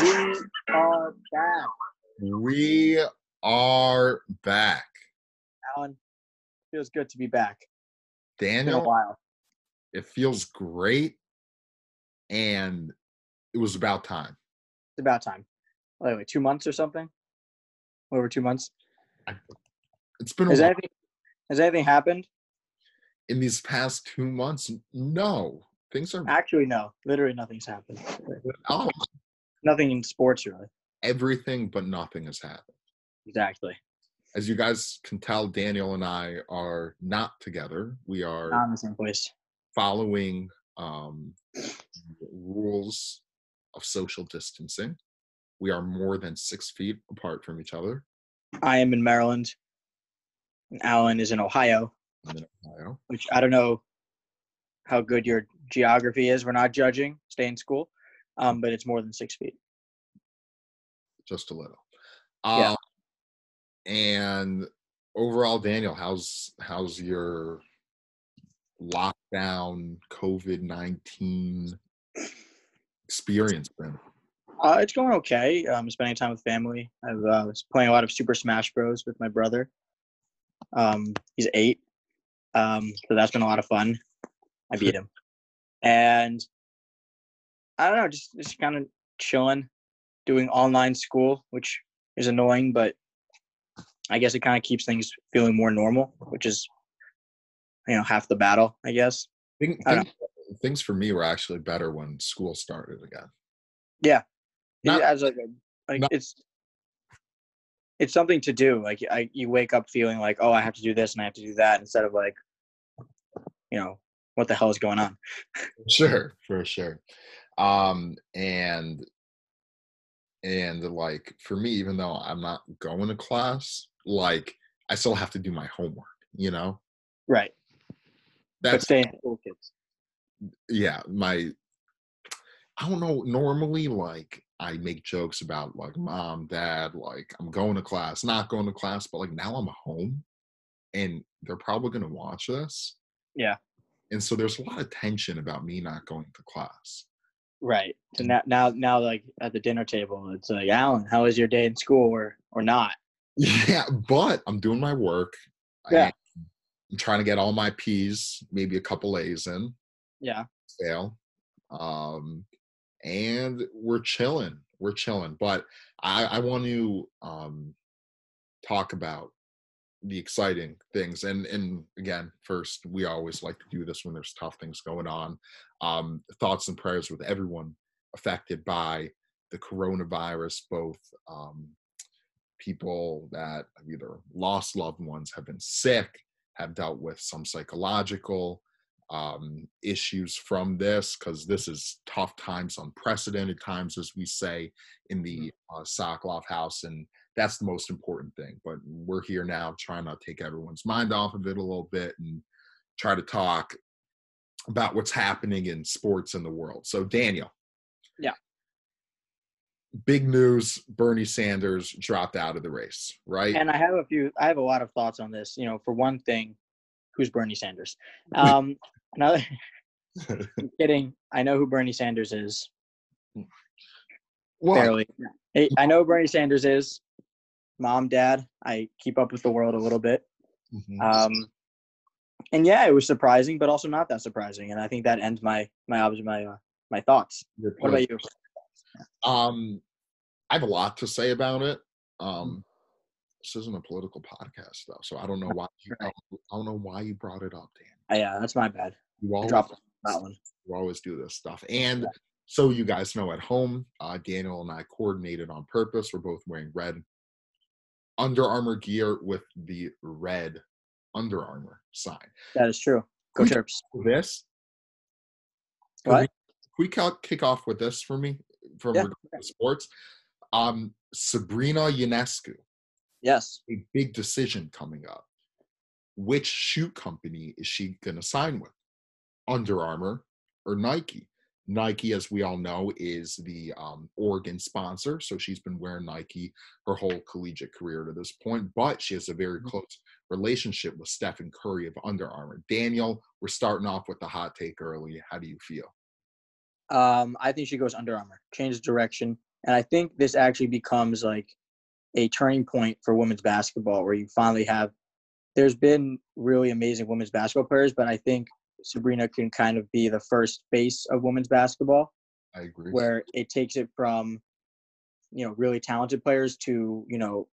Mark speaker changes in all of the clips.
Speaker 1: We are back.
Speaker 2: We are back.
Speaker 1: Alan, feels good to be back. It's been a
Speaker 2: Daniel,
Speaker 1: while.
Speaker 2: it feels great. And it was about time.
Speaker 1: It's about time. Wait, wait, two months or something? Over two months.
Speaker 2: It's been a
Speaker 1: Has
Speaker 2: while.
Speaker 1: anything has anything happened?
Speaker 2: in these past two months. No, things are
Speaker 1: Actually, no. Literally nothing's happened.
Speaker 2: up.
Speaker 1: Nothing in sports really.
Speaker 2: Everything but nothing has happened.
Speaker 1: Exactly.
Speaker 2: As you guys can tell, Daniel and I are not together. We are
Speaker 1: Not in the same place.
Speaker 2: following um, rules of social distancing. We are more than six feet apart from each other
Speaker 1: I am in Maryland. And Alan is in Ohio,
Speaker 2: I'm in Ohio.
Speaker 1: which I don't know how good your geography is. We're not judging. Stay in school. Um, but it's more than six feet.
Speaker 2: just a little.
Speaker 1: Yeah.
Speaker 2: Um, and overall, Daniel, how's how's your lockdown COVID nineteen experience been?
Speaker 1: Uh, it's going okay. Um, spending time with family. I've uh, was playing a lot of Super Smash Bros with my brother. Um, he's eight, um, so that's been a lot of fun. I beat him, and I don't know, just just kind of chilling, doing online school, which is annoying, but I guess it kind of keeps things feeling more normal, which is you know half the battle, I guess.
Speaker 2: Thing,
Speaker 1: I don't
Speaker 2: thing, things for me were actually better when school started again.
Speaker 1: Yeah,
Speaker 2: Not-
Speaker 1: it adds like a, like
Speaker 2: not-
Speaker 1: it's it's something to do. Like I, you wake up feeling like, oh, I have to do this and I have to do that, instead of like, you know, what the hell is going on?
Speaker 2: Sure, for sure. Um, and and like for me, even though I'm not going to class, like I still have to do my homework. You know,
Speaker 1: Right. but
Speaker 2: that's
Speaker 1: stay in school, kids.
Speaker 2: yeah my i don't know normally like i make jokes about like mom dad like i'm going to class not going to class but like now i'm home and they're probably going to watch this
Speaker 1: Yeah.
Speaker 2: and so there's a lot of tension about me not going to class
Speaker 1: Right. So
Speaker 2: Mm.
Speaker 1: now, now, now, like at the dinner table, it's like, Alan, how was your day in school, or or not?
Speaker 2: yeah but i'm doing my work I
Speaker 1: Yeah.
Speaker 2: am- i'm trying to get all my p's maybe a couple a's in
Speaker 1: Yeah.
Speaker 2: fail. Um, and we're chilling. We're chilling. But I, I want to um, talk about the exciting things. And and again, first, we always like to do this when there's tough things going on. Um, thoughts and prayers with everyone affected by the coronavirus, both um, people that have either lost loved ones, have been sick, have dealt with some psychological um, issues from this because this is tough times, unprecedented times, as we say
Speaker 1: Mm-hmm.
Speaker 2: in the uh, Sokolov house, and that's the most important thing. But we're here now, trying to take everyone's mind off of it a little bit and try to talk about what's happening in sports in the world. So, Daniel,
Speaker 1: Yeah.
Speaker 2: big news: Bernie Sanders dropped out of the race, right?
Speaker 1: And I have a few. I have a lot of thoughts on this. You know, for one thing, who's Bernie Sanders? Um, another. I'm kidding. I know who Bernie Sanders is.
Speaker 2: Well,
Speaker 1: Barely. Hey, I know Bernie Sanders is mom, dad. I keep up with the world a little bit.
Speaker 2: mhm.
Speaker 1: Um, and yeah, it was surprising, but also not that surprising. And I think that ends my my obs- my uh, my thoughts.
Speaker 2: Your
Speaker 1: What about you?
Speaker 2: Um, I have a lot to say about it.
Speaker 1: Mm.
Speaker 2: Um, this isn't a political podcast though, so I don't know why you, I
Speaker 1: Right.
Speaker 2: don't know why you brought it up, Dan.
Speaker 1: Uh, yeah, that's my bad.
Speaker 2: You
Speaker 1: I
Speaker 2: always,
Speaker 1: dropped that one.
Speaker 2: you always do this stuff, and so you guys know at home, uh, Daniel and I coordinated on purpose. We're both wearing red Under Armour gear with the red Under Armour sign.
Speaker 1: That is true. Go
Speaker 2: Who-
Speaker 1: Terps.
Speaker 2: This Can
Speaker 1: What?
Speaker 2: we ca- kick off with this for me from
Speaker 1: Yeah,
Speaker 2: regard to sports. Um, Sabrina Ionescu.
Speaker 1: Yes.
Speaker 2: a big decision coming up. Which shoe company is she going to sign with? Under Armour or Nike? Nike, as we all know, is the um, Oregon sponsor. So she's been wearing Nike her whole collegiate career to this point, but she has a very
Speaker 1: Mhm.
Speaker 2: close relationship with Stephen Curry of Under Armour. Daniel, we're starting off with the hot take early. How do you feel?
Speaker 1: Um, I think she goes Under Armour, changes direction, and I think this actually becomes like a turning point for women's basketball, where you finally have. There's been really amazing women's basketball players, but I think Sabrina can kind of be the first face of women's basketball,
Speaker 2: I agree.
Speaker 1: where it takes it from, you know, really talented players to you know,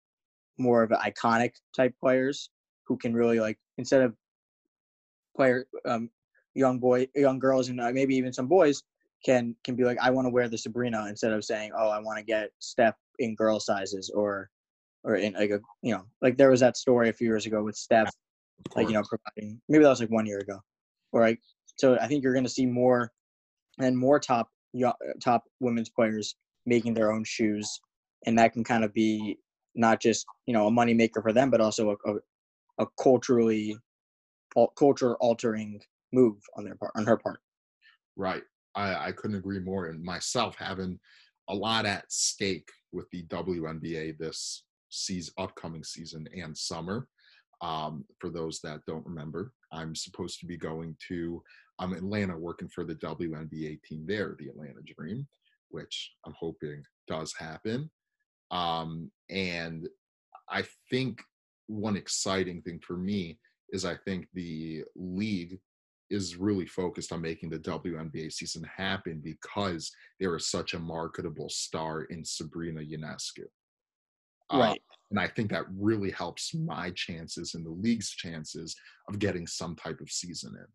Speaker 1: more of an iconic type players who can really like instead of player um, young boy young girls and uh, maybe even some boys can can be like I want to wear the Sabrina instead of saying oh I want to get Steph in girl sizes or or in like a you know like there was that story a few years ago with Steph
Speaker 2: Of
Speaker 1: like uh, you know
Speaker 2: course.
Speaker 1: providing maybe that was like one year ago or like so I think you're going to see more and more top yo- top women's players making their own shoes and that can kind of be not just you know a moneymaker for them but also a, a, a culturally culture altering move on their part on her part
Speaker 2: Right. I, I couldn't agree more. And myself having a lot at stake with the WNBA this season, upcoming season and summer. Um, for those that don't remember, I'm supposed to be going to um, Atlanta working for the WNBA team there, the Atlanta Dream, which I'm hoping does happen. Um, and I think one exciting thing for me is I think the league is really focused on making the WNBA season happen because there is such a marketable star in Sabrina Ionescu. Uh,
Speaker 1: right
Speaker 2: and I think that really helps my chances and the league's chances of getting some type of season in.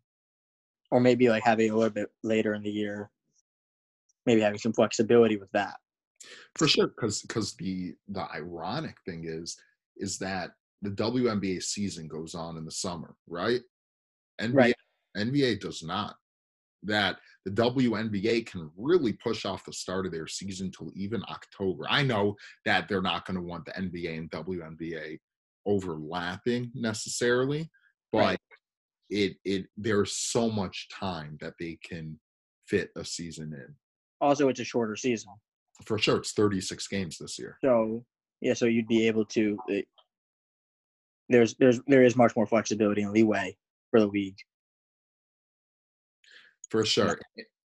Speaker 1: or maybe like having a little bit later in the year maybe having some flexibility with that
Speaker 2: for sure because because the the ironic thing is is that the WNBA season goes on in the summer right NBA
Speaker 1: Right.
Speaker 2: NBA does not that the WNBA can really push off the start of their season till even October I know that they're not going to want the NBA and WNBA overlapping necessarily but
Speaker 1: Right.
Speaker 2: it it there's so much time that they can fit a season in
Speaker 1: also it's a shorter season
Speaker 2: for sure it's 36 games this year
Speaker 1: So yeah, so you'd be able to. it- There's there's there is much more flexibility and leeway for the league.
Speaker 2: For sure.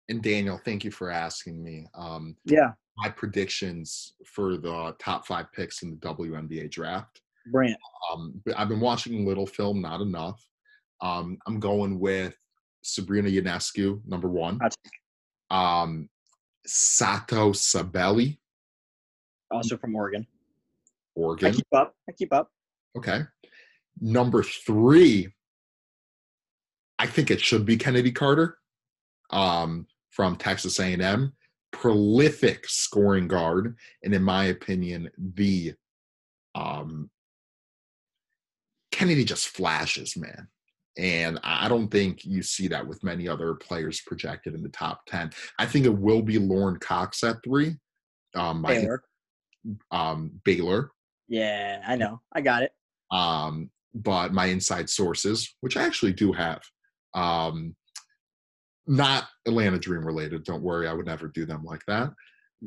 Speaker 2: And Daniel, thank you for asking me. Um,
Speaker 1: Yeah,
Speaker 2: my predictions for the top five picks in the WNBA draft.
Speaker 1: Brant.
Speaker 2: Um, but I've been watching little film, not enough. Um, I'm going with Sabrina Ionescu, number one.
Speaker 1: Gotcha.
Speaker 2: Um, Sato Sabelli,
Speaker 1: Also from Oregon. I
Speaker 2: Oregon.
Speaker 1: keep up. I keep up.
Speaker 2: Okay. Number three, I think it should be Kennedy Carter um, from Texas A&M. Prolific scoring guard, and in my opinion, the um, Kennedy just flashes, man. And I I don't think you see that with many other players projected in the top ten. I think it will be Lauren Cox at three, um, my,
Speaker 1: Baylor.
Speaker 2: um, Baylor.
Speaker 1: Yeah, I know. I got it.
Speaker 2: um, but my inside sources, which I actually do have, um, not Atlanta Dream related. Don't worry, I would never do them like that.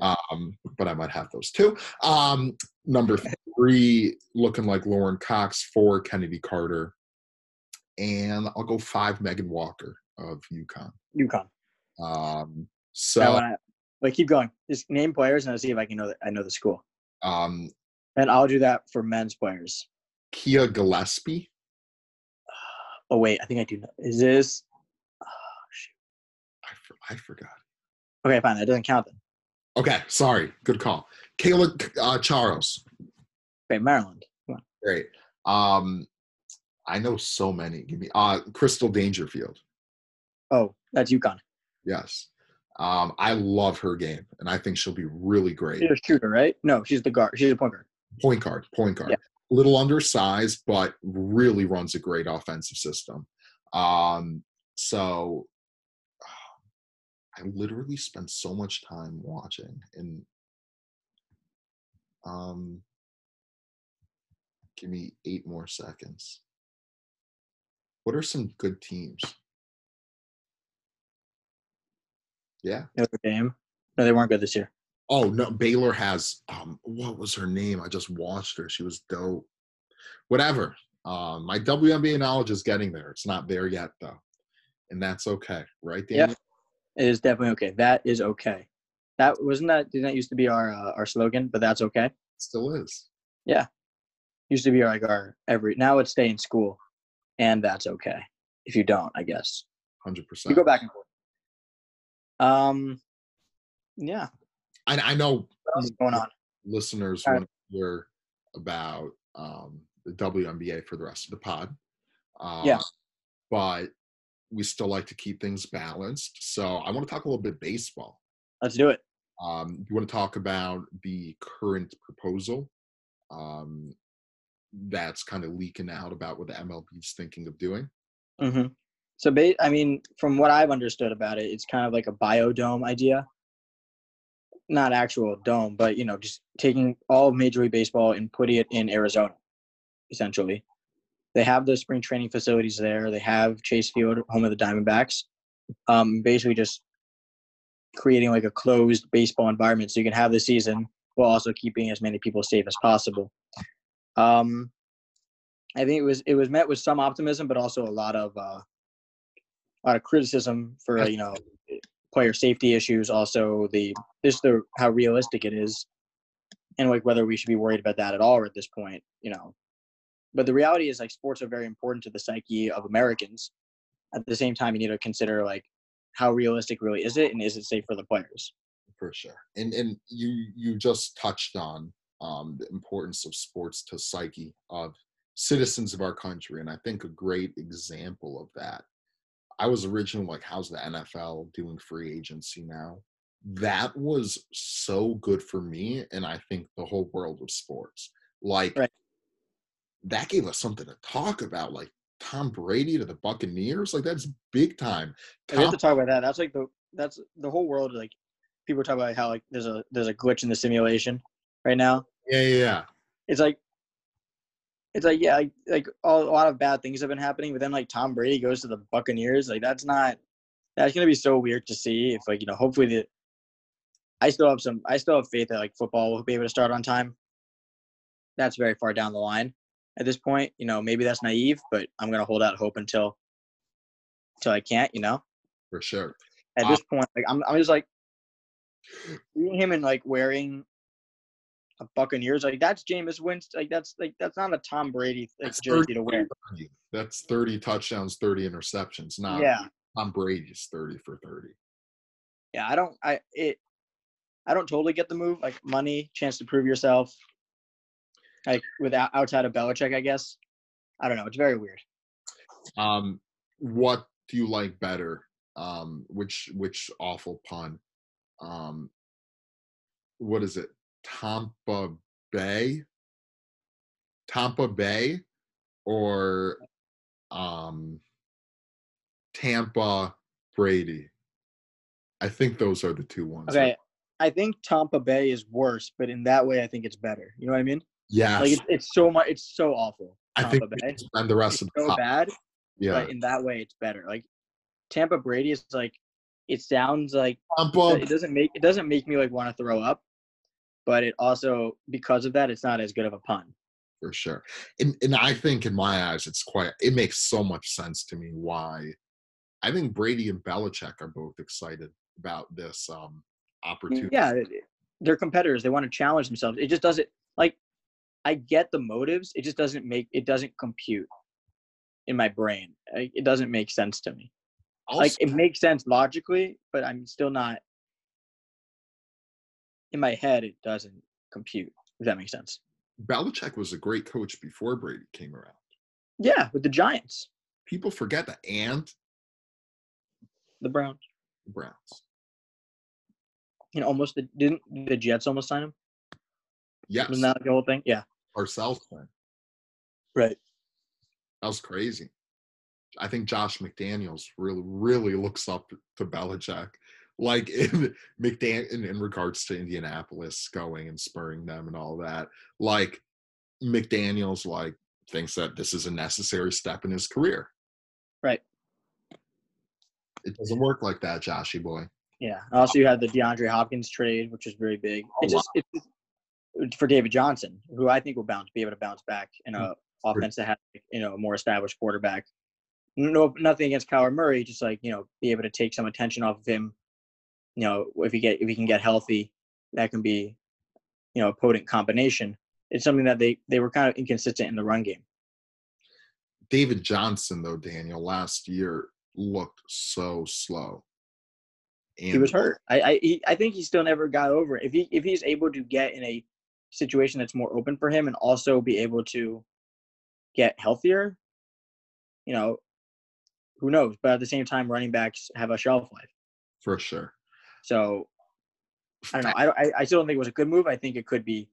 Speaker 2: Um, but I might have those too. Um, number three, looking like Lauren Cox. Four, Kennedy Carter, and I'll go five, Megan Walker of UConn.
Speaker 1: UConn.
Speaker 2: Um,
Speaker 1: That
Speaker 2: so
Speaker 1: one. I, but keep going. Just name players and I'll see if I can know that I know the school.
Speaker 2: um,
Speaker 1: And I'll do that for men's players.
Speaker 2: Kia Gillespie.
Speaker 1: Oh wait, I think I do know. Is this
Speaker 2: I, for- I forgot.
Speaker 1: okay? Fine, that doesn't count then.
Speaker 2: Okay, sorry. Good call. Kayla uh, Charles.
Speaker 1: Okay, Maryland. Come on.
Speaker 2: Great. Um, I know so many. Give me uh, Crystal Dangerfield.
Speaker 1: Oh, that's UConn.
Speaker 2: Yes. Um, I love her game, and I think she'll be really great.
Speaker 1: She's a shooter, right? No, she's the guard. She's a point guard.
Speaker 2: Point guard, point guard.
Speaker 1: Yeah.
Speaker 2: Little undersized, but really runs a great offensive system. Um, so uh, I literally spend so much time watching, and um, give me eight more seconds. What are some good teams? Yeah.
Speaker 1: Notre Dame. No, they weren't good this year.
Speaker 2: Oh no, Baylor has um what was her name? I just watched her. She was dope. Whatever. Um my WNBA knowledge is getting there. It's not there yet though. And that's okay, right,
Speaker 1: Yeah.
Speaker 2: Daniel?
Speaker 1: It is definitely okay. That is okay. That wasn't that didn't that used to be our uh, our slogan, but that's okay.
Speaker 2: Still is.
Speaker 1: Used to be like our every. Now it's stay in school, and that's okay. If you don't, I guess
Speaker 2: Hundred
Speaker 1: you
Speaker 2: percent.
Speaker 1: go back and forth. Um, yeah.
Speaker 2: I, I know
Speaker 1: What else is going on?
Speaker 2: listeners
Speaker 1: All right.
Speaker 2: want to hear about um, the WNBA for the rest of the pod. Uh,
Speaker 1: Yeah.
Speaker 2: But we still like to keep things balanced. So I want to talk a little bit baseball.
Speaker 1: Let's do it.
Speaker 2: Um, you want to talk about the current proposal um, that's kind of leaking out about what the MLB is thinking of doing?
Speaker 1: hmm So, ba- I mean, from what I've understood about it, it's kind of like a biodome idea. Not actual dome, but you know, just taking all of Major League Baseball and putting it in Arizona, essentially. They have the spring training facilities there. They have Chase Field, home of the Diamondbacks. Um, basically, just creating like a closed baseball environment so you can have the season while also keeping as many people safe as possible. Um, I think it was it was met with some optimism, but also a lot of uh, a lot of criticism for you know player safety issues. Also, the just the how realistic it is, and like whether we should be worried about that at all at this point, you know. But the reality is, like sports are very important to the psyche of Americans. At the same time, you need to consider like how realistic really is it, and is it safe for the players?
Speaker 2: for sure and and you you just touched on um the importance of sports to psyche of citizens of our country and i think a great example of that i was originally like how's the nfl doing free agency now that was so good for me and i think the whole world of sports like
Speaker 1: Right.
Speaker 2: that gave us something to talk about like tom brady to the buccaneers like that's big time
Speaker 1: we have
Speaker 2: Tom-
Speaker 1: to talk about that. That's like the that's the whole world. Like people talk about how like there's a there's a glitch in the simulation right now.
Speaker 2: yeah yeah yeah
Speaker 1: It's like it's like yeah, like, like all, a lot of bad things have been happening. But then like Tom Brady goes to the Buccaneers. Like that's not that's gonna be so weird to see. If like you know, hopefully the I still have some I still have faith that like football will be able to start on time. That's very far down the line at this point. You know, maybe that's naive, but I'm gonna hold out hope until until I can't. You know
Speaker 2: for sure
Speaker 1: at
Speaker 2: Uh,
Speaker 1: this point, like I'm, I'm just like seeing him in like wearing a Buccaneers, like that's Jameis Winston, like that's like that's not a Tom Brady like,
Speaker 2: That's
Speaker 1: jersey to wear.
Speaker 2: 30. That's 30 touchdowns, 30 interceptions. Not
Speaker 1: Yeah,
Speaker 2: Tom Brady's 30 for 30.
Speaker 1: yeah. I don't, I it, I don't totally get the move. Like money, chance to prove yourself. Like without outside of Belichick, I guess. I don't know. It's very weird.
Speaker 2: Um, what do you like better? Um, which which awful pun? Um, what is it? Tampa Bay, Tampa Bay, or um, Tampa Brady? I think those are the two ones.
Speaker 1: Okay, I think Tampa Bay is worse, but in that way, I think it's better. You know what I mean?
Speaker 2: Yes,
Speaker 1: Like it's, it's so much. It's so awful.
Speaker 2: I
Speaker 1: Tampa
Speaker 2: think
Speaker 1: Bay.
Speaker 2: we should spend the
Speaker 1: It's
Speaker 2: rest of the
Speaker 1: so
Speaker 2: pod-
Speaker 1: bad.
Speaker 2: Yeah.
Speaker 1: but in that way it's better. Like Tampa Brady is like it sounds like
Speaker 2: Tampa
Speaker 1: it doesn't make it doesn't make me like want to throw up, but it also because of that it's not as good of a pun.
Speaker 2: for sure. And and I think in my eyes, it's quite. It makes so much sense to me why. I think Brady and Belichick are both excited about this um, opportunity.
Speaker 1: Mm, Yeah, it- they're competitors. They want to challenge themselves. It just doesn't like I get the motives. It just doesn't make it doesn't compute in my brain. Like, It doesn't make sense to me.
Speaker 2: Also,
Speaker 1: Like it makes sense logically, but I'm still not in my head. It doesn't compute. If that makes sense.
Speaker 2: Belichick was a great coach before Brady came around.
Speaker 1: Yeah, with the Giants,
Speaker 2: People forget that, and
Speaker 1: the Browns.
Speaker 2: the Browns.
Speaker 1: and almost the, didn't the Jets almost sign him?
Speaker 2: Yes,
Speaker 1: Wasn't that the whole thing? Yeah.
Speaker 2: Parcells plan.
Speaker 1: Right.
Speaker 2: That was crazy. I think Josh McDaniels really, really looks up to Belichick, like in McDan in, in regards to Indianapolis going and spurring them and all that. Like McDaniels, like thinks that this is a necessary step in his career.
Speaker 1: Right.
Speaker 2: It doesn't work like that, Joshy boy.
Speaker 1: Yeah. And Also, you had the DeAndre Hopkins trade, which was very big. It's
Speaker 2: wow.
Speaker 1: just it's just- for David Johnson, who I think will bounce, be able to bounce back in a offense that has you know a more established quarterback. No, nothing against Kyler Murray, just like you know, be able to take some attention off of him you know, if you get if you can get healthy, that can be, you know, a potent combination. It's something that they they were kind of inconsistent in the run game.
Speaker 2: David Johnson, though, Daniel, last year looked so slow. And
Speaker 1: he was hurt. I I, he, I think he still never got over it. If he if he's able to get in a situation that's more open for him and also be able to get healthier, you know, who knows? But at the same time, running backs have a shelf life.
Speaker 2: For sure.
Speaker 1: So I don't know. I, don't- I I still don't think it was a good move. I think it could be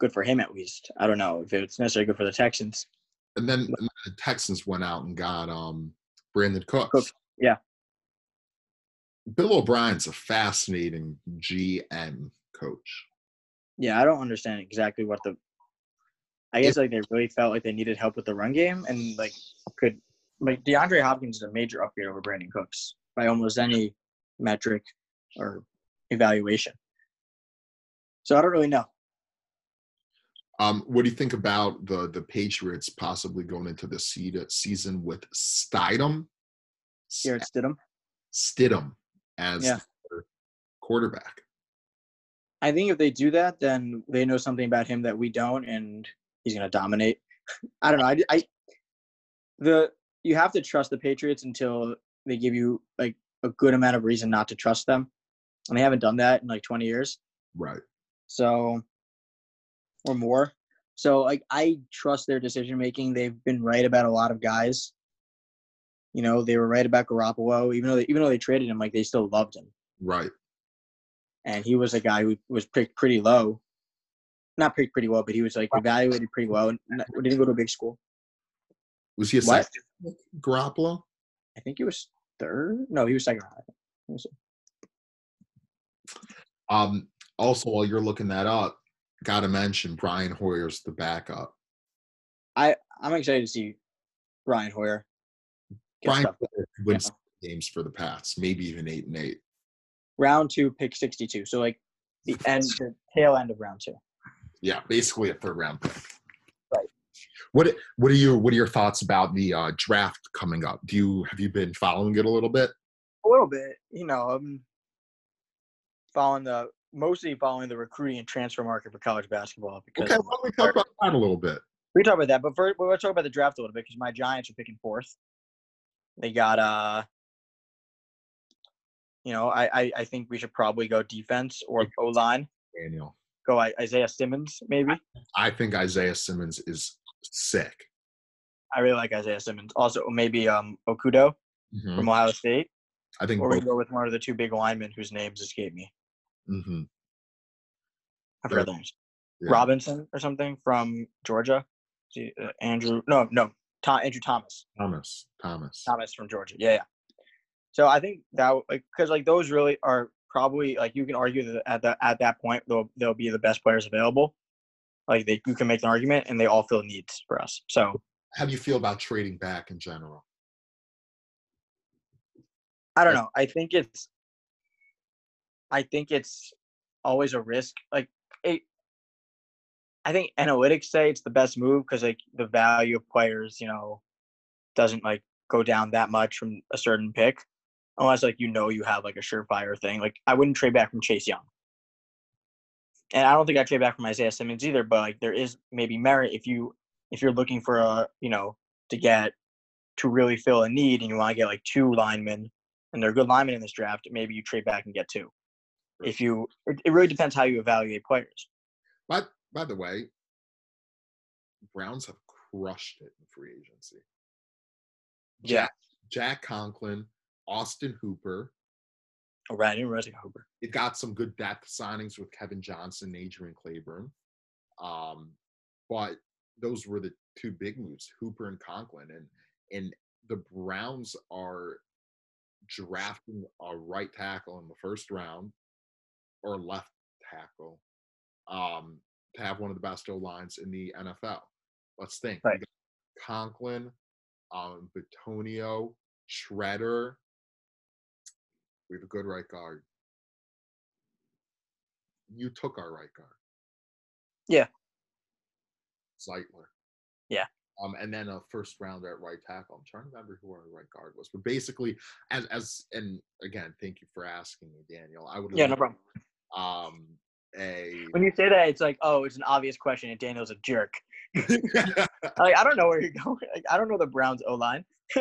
Speaker 1: good for him at least. I don't know if it's necessarily good for the Texans.
Speaker 2: And then, and then the Texans went out and got um Brandon Cooks.
Speaker 1: Cooks, yeah.
Speaker 2: Bill O'Brien's a fascinating GM coach.
Speaker 1: Yeah, I don't understand exactly what the. I guess like they really felt like they needed help with the run game and like could like DeAndre Hopkins is a major upgrade over Brandon Cooks by almost any metric or evaluation. So I don't really know.
Speaker 2: Um, what do you think about the the Patriots possibly going into the se- season with Stidham,
Speaker 1: Here it's Stidham.
Speaker 2: Stidham as
Speaker 1: Yeah.
Speaker 2: their quarterback?
Speaker 1: I think if they do that, then they know something about him that we don't, and he's going to dominate. I don't know. I, I the you have to trust the Patriots until they give you like a good amount of reason not to trust them, and they haven't done that in like 20 years,
Speaker 2: Right.
Speaker 1: so or more. So like I trust their decision making. They've been right about a lot of guys. You know, they were right about Garoppolo, even though they, even though they traded him, like they still loved him
Speaker 2: Right.
Speaker 1: and he was a guy who was picked pretty low, not picked pretty well, but he was like evaluated pretty well and not- didn't go to a big school.
Speaker 2: Was he a
Speaker 1: What?
Speaker 2: second with Garoppolo?
Speaker 1: I think he was third. No, he was second round.
Speaker 2: Um, also, while you're looking that up, got to mention Brian Hoyer's the backup.
Speaker 1: I'm excited to see Brian Hoyer. get
Speaker 2: Brian
Speaker 1: stuff.
Speaker 2: Hoyer wins games for the Pats, maybe even eight and eight.
Speaker 1: Round two, pick 62. So like the end, the tail end of round two.
Speaker 2: Yeah, basically a third round pick.
Speaker 1: Right.
Speaker 2: What What are your What are your thoughts about the uh, draft coming up? Do you have you been following it a little bit?
Speaker 1: A little bit, you know, I'm following the mostly following the recruiting and transfer market for college basketball because
Speaker 2: Okay, why don't we talk about that a little bit?
Speaker 1: we talk about that, but first, we'll talk about the draft a little bit because my Giants are picking fourth. They got uh, you know, I I, I think we should probably go defense or O line.
Speaker 2: Daniel,
Speaker 1: Go I- Isaiah Simmons maybe.
Speaker 2: I think Isaiah Simmons is sick.
Speaker 1: I really like Isaiah Simmons. Also maybe um Okudo from Ohio State,
Speaker 2: Mm-hmm. I think
Speaker 1: or we
Speaker 2: both.
Speaker 1: can go with one of the two big linemen whose names escape me.
Speaker 2: hmm
Speaker 1: I forgot the names.
Speaker 2: Yeah.
Speaker 1: Robinson or something from Georgia. See, uh, Andrew no no Tom, Andrew Thomas.
Speaker 2: Thomas, Thomas.
Speaker 1: Thomas from Georgia. Yeah, yeah. So I think that w- like because like those really are probably like you can argue that at that at that point they'll they'll be the best players available. Like they you can make an argument and they all fill needs for us. So
Speaker 2: How do you feel about trading back in general?
Speaker 1: I don't know. I think it's I think it's always a risk. Like it, I think analytics say it's the best move because like the value of players, you know, doesn't like go down that much from a certain pick, unless like you know you have like a surefire thing. Like I wouldn't trade back from Chase Young, and I don't think I trade back from Isaiah Simmons either. But like there is maybe merit if you if you're looking for a you know to get to really fill a need and you want to get like two linemen and they're good linemen in this draft, maybe you trade back and get two. If you, it, it really depends how you evaluate players.
Speaker 2: By By the way, Browns have crushed it in free agency.
Speaker 1: Yeah.
Speaker 2: Jack Conklin, Austin Hooper.
Speaker 1: Oh, right. I didn't realize they got Hooper.
Speaker 2: It got some good depth signings with Kevin Johnson, Adrian Claiborne. Um, but those were the two big moves, Hooper and Conklin. And and the Browns are drafting a right tackle in the first round or left tackle um, to have one of the best O lines in the NFL. Let's think. We
Speaker 1: Right.
Speaker 2: got Conklin, um, Batonio, Shredder. We have a good right guard. You took our right guard.
Speaker 1: Yeah.
Speaker 2: Zeitler.
Speaker 1: Yeah.
Speaker 2: Um, and then a first rounder at right tackle. I'm trying to remember who our right guard was, but basically, as as and again, thank you for asking me, Daniel. I would
Speaker 1: Yeah, no
Speaker 2: love,
Speaker 1: problem.
Speaker 2: um a
Speaker 1: When you say that, it's like, oh, it's an obvious question, and Daniel's a jerk. Like, I don't know where you're going. Like, I don't know the Browns O line.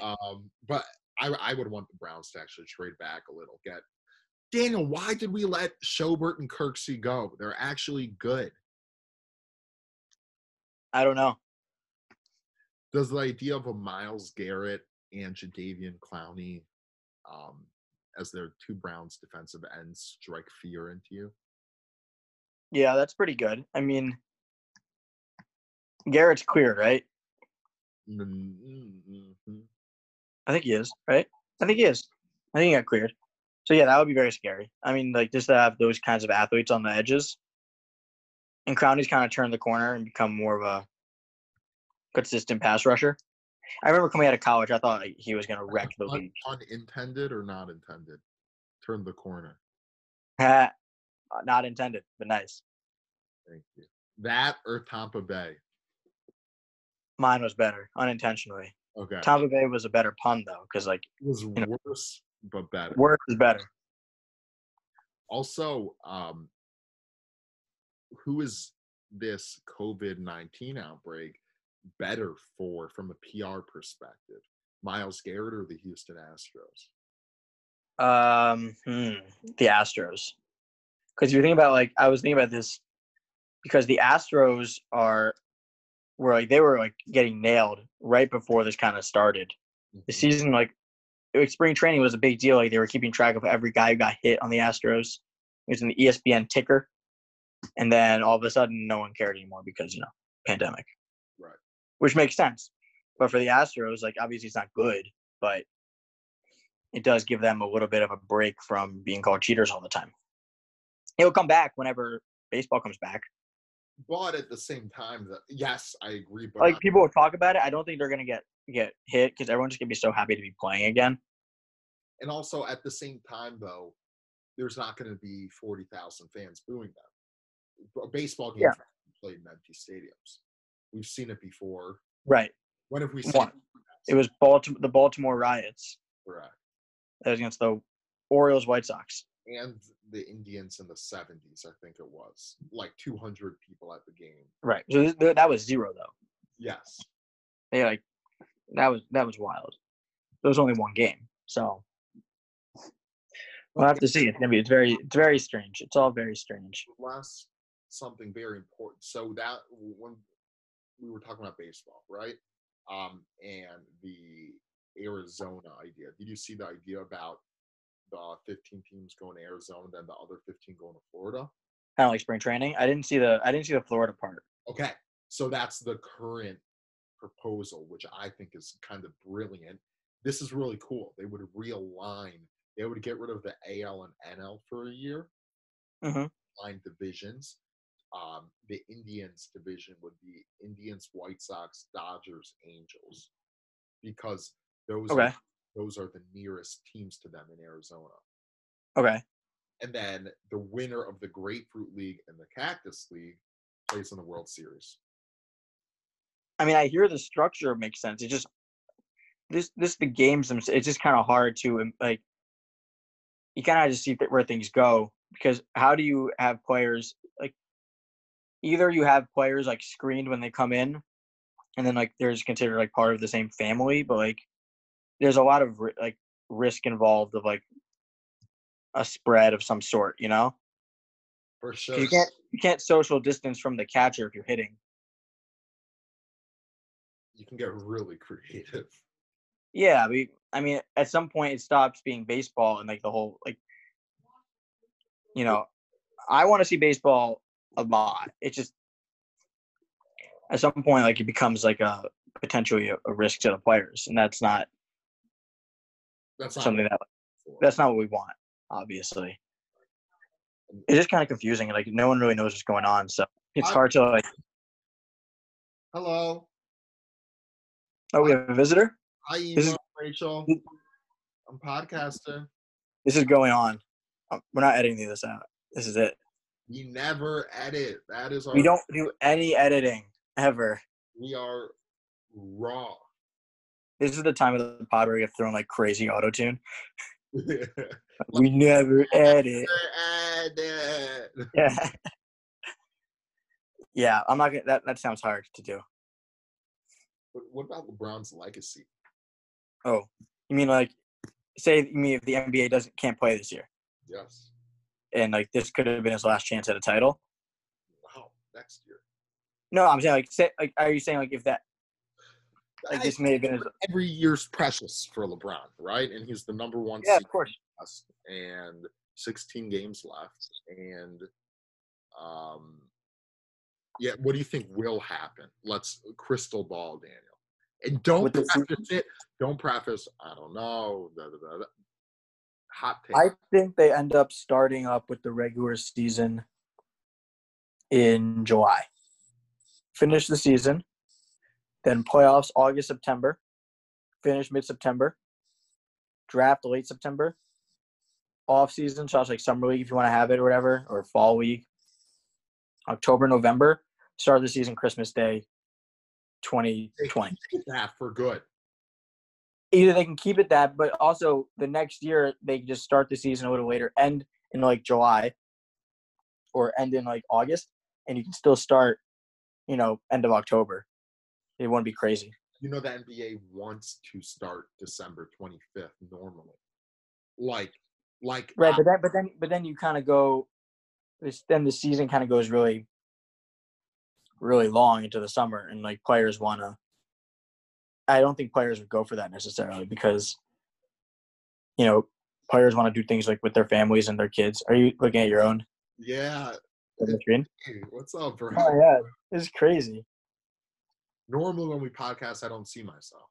Speaker 2: um, but I I would want the Browns to actually trade back a little. Get Daniel. Why did we let Schobert and Kirksey go? They're actually good.
Speaker 1: I don't know.
Speaker 2: does the idea of a Miles Garrett and Jadavian Clowney um, as their two Browns defensive ends strike fear into you?
Speaker 1: Yeah, that's pretty good. I mean, Garrett's queer, right?
Speaker 2: Mm-hmm.
Speaker 1: I think he is, right? I think he is. I think he got cleared. So yeah, that would be very scary. I mean, like just to have those kinds of athletes on the edges. And Crowney's kind of turned the corner and become more of a consistent pass rusher. I remember coming out of college, I thought like, he was going to wreck the league.
Speaker 2: unintended or not intended? Turn the corner.
Speaker 1: Ha. Not intended, but nice.
Speaker 2: Thank you. That or Tampa Bay.
Speaker 1: Mine was better, unintentionally.
Speaker 2: Okay.
Speaker 1: Tampa Bay was a better pun though, because like
Speaker 2: It was
Speaker 1: know.
Speaker 2: worse but better.
Speaker 1: worse is better.
Speaker 2: Also, um, who is this COVID 19 outbreak better for from a PR perspective? Miles Garrett or the Houston Astros?
Speaker 1: Um, hmm, the Astros. Because you think about like I was thinking about this because the Astros are were like they were like getting nailed right before this kind of started. The
Speaker 2: Mm-hmm.
Speaker 1: season like it was- spring training was a big deal. Like they were keeping track of every guy who got hit on the Astros. It was in the E ESPN ticker, and then all of a sudden, no one cared anymore because you know pandemic.
Speaker 2: Right.
Speaker 1: Which makes sense, but for the Astros, like obviously it's not good, but it does give them a little bit of a break from being called cheaters all the time. It'll come back whenever baseball comes back.
Speaker 2: But at the same time, that yes, I agree. But
Speaker 1: Like
Speaker 2: I-
Speaker 1: people will talk about it. I don't think they're gonna get get hit because everyone's gonna be so happy to be playing again.
Speaker 2: and also at the same time, though, there's not going to be forty thousand fans booing them. A baseball game
Speaker 1: Yeah.
Speaker 2: played in empty stadiums. We've seen it before.
Speaker 1: Right.
Speaker 2: When have we seen
Speaker 1: One. It was Baltimore, the Baltimore riots
Speaker 2: Correct.
Speaker 1: that was against the Orioles White Sox.
Speaker 2: and the Indians in the 70s, I think it was. Like 200 people at the game.
Speaker 1: Right. So th- th- that was zero though.
Speaker 2: Yes.
Speaker 1: They like that was that was wild. There was only one game, so we'll have to see. It's gonna be it's very it's very strange. It's all very strange.
Speaker 2: Plus, something very important. So, that when we were talking about baseball, right? Um, and the Arizona idea. Did you see the idea about the 15 teams going to Arizona, then the other 15 going to Florida?
Speaker 1: kind of like spring training. I didn't see the I didn't see the Florida part.
Speaker 2: Okay. So that's the current proposal, which I think is kind of brilliant. This is really cool. They would realign, they would get rid of the AL and NL for a year,
Speaker 1: Mhm.
Speaker 2: line divisions. Um, the Indians division would be Indians, White Sox, Dodgers, Angels, because those
Speaker 1: Okay.
Speaker 2: are, those are the nearest teams to them in Arizona
Speaker 1: Okay.
Speaker 2: and then the winner of the Grapefruit League and the Cactus League plays in the World Series.
Speaker 1: I mean, I hear the structure makes sense. It just this this the games. thems- It's just kind of hard to um, like. You kind of just see th- where things go because how do you have players like? Either you have players like screened when they come in, and then like they're just considered like part of the same family, but like there's a lot of ri- like risk involved of like a spread of some sort, you know.
Speaker 2: For sure.
Speaker 1: 'Cause You can't you can't social distance from the catcher if you're hitting.
Speaker 2: you can get really creative.
Speaker 1: Yeah, we. I mean, at some point, it stops being baseball and like the whole like. You know, I want to see baseball a lot. It's just at some point, like it becomes like a potentially a, a risk to the players, and that's not
Speaker 2: That's not
Speaker 1: something that
Speaker 2: for.
Speaker 1: that's not what we want. Obviously, it's just kind of confusing. and, Like no one really knows what's going on, so it's
Speaker 2: I-
Speaker 1: hard to like.
Speaker 2: Hello.
Speaker 1: Oh, we have a visitor.
Speaker 2: Hi,
Speaker 1: is-
Speaker 2: Emo, Rachel. I'm podcaster.
Speaker 1: This is going on. Um, We're not editing this out. This is it.
Speaker 2: We never edit. That is our
Speaker 1: We don't do any editing ever.
Speaker 2: we are raw.
Speaker 1: This is the time of the pod where we have thrown like crazy auto tune. we never edit. Yeah. yeah, I'm not gonna that, that sounds hard to do.
Speaker 2: But what about LeBron's legacy?
Speaker 1: Oh. You mean like say you mean if the NBA doesn't can't play this year
Speaker 2: Yes.
Speaker 1: and like this could have been his last chance at a title?
Speaker 2: Wow. Next year.
Speaker 1: No, I'm saying like say like are you saying like if that like
Speaker 2: I-
Speaker 1: this may have been his
Speaker 2: every year's precious for LeBron, right? And he's the number one
Speaker 1: Yeah,
Speaker 2: seed
Speaker 1: of course.
Speaker 2: us, and 16 games left. And um, yeah, what do you think will happen? Let's uh, crystal ball, Daniel. And don't
Speaker 1: With the-
Speaker 2: preface it. Don't preface. I don't know. Da, da, da, da. Hot take.
Speaker 1: I think they end up starting up with the regular season in July. Finish the season, then playoffs August, September, finish mid September, draft late September, off season, so it's like summer league if you want to have it or whatever, or fall league. October, November, start of the season, Christmas Day, 2020
Speaker 2: Take that for good.
Speaker 1: either they can keep it that, but also the next year they can just start the season a little later, end in like July, or end in like August, and you can still start, you know, end of October. It won't be crazy.
Speaker 2: You know the NBA wants to start December 25th normally. Like, like ah,
Speaker 1: Right, but then but then but then you kind of go, this then the season kind of goes really, really long into the summer, and like players wanna. I don't think players would go for that necessarily because, you know, players want to do things like with their families and their kids. Are you looking at your own?
Speaker 2: yeah.
Speaker 1: on the screen?
Speaker 2: Hey, what's up, bro?
Speaker 1: Oh yeah, it's crazy.
Speaker 2: normally when we podcast i don't see myself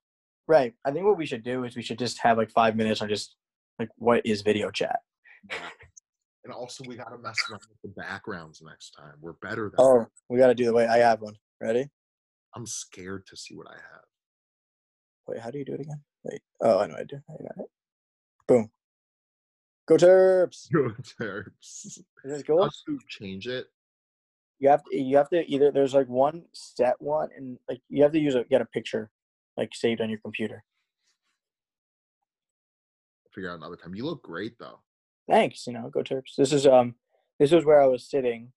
Speaker 1: Right. I think what we should do is we should just have like five minutes on just like what is video chat.
Speaker 2: and also we gotta mess around with the backgrounds next time we're better than
Speaker 1: Oh, we gotta do the way I have one. Ready?
Speaker 2: i'm scared to see what i have
Speaker 1: Wait, how do you do it again? Wait. Oh, I know I do. I got it. Boom. Go Terps.
Speaker 2: go terps
Speaker 1: Is this
Speaker 2: How
Speaker 1: cool?
Speaker 2: to change it
Speaker 1: You have to. You have to either. There's like one set one, and like you have to use a get a picture, like saved on your computer.
Speaker 2: figure out another time you look great though
Speaker 1: thanks you know go terps this is um this is where i was sitting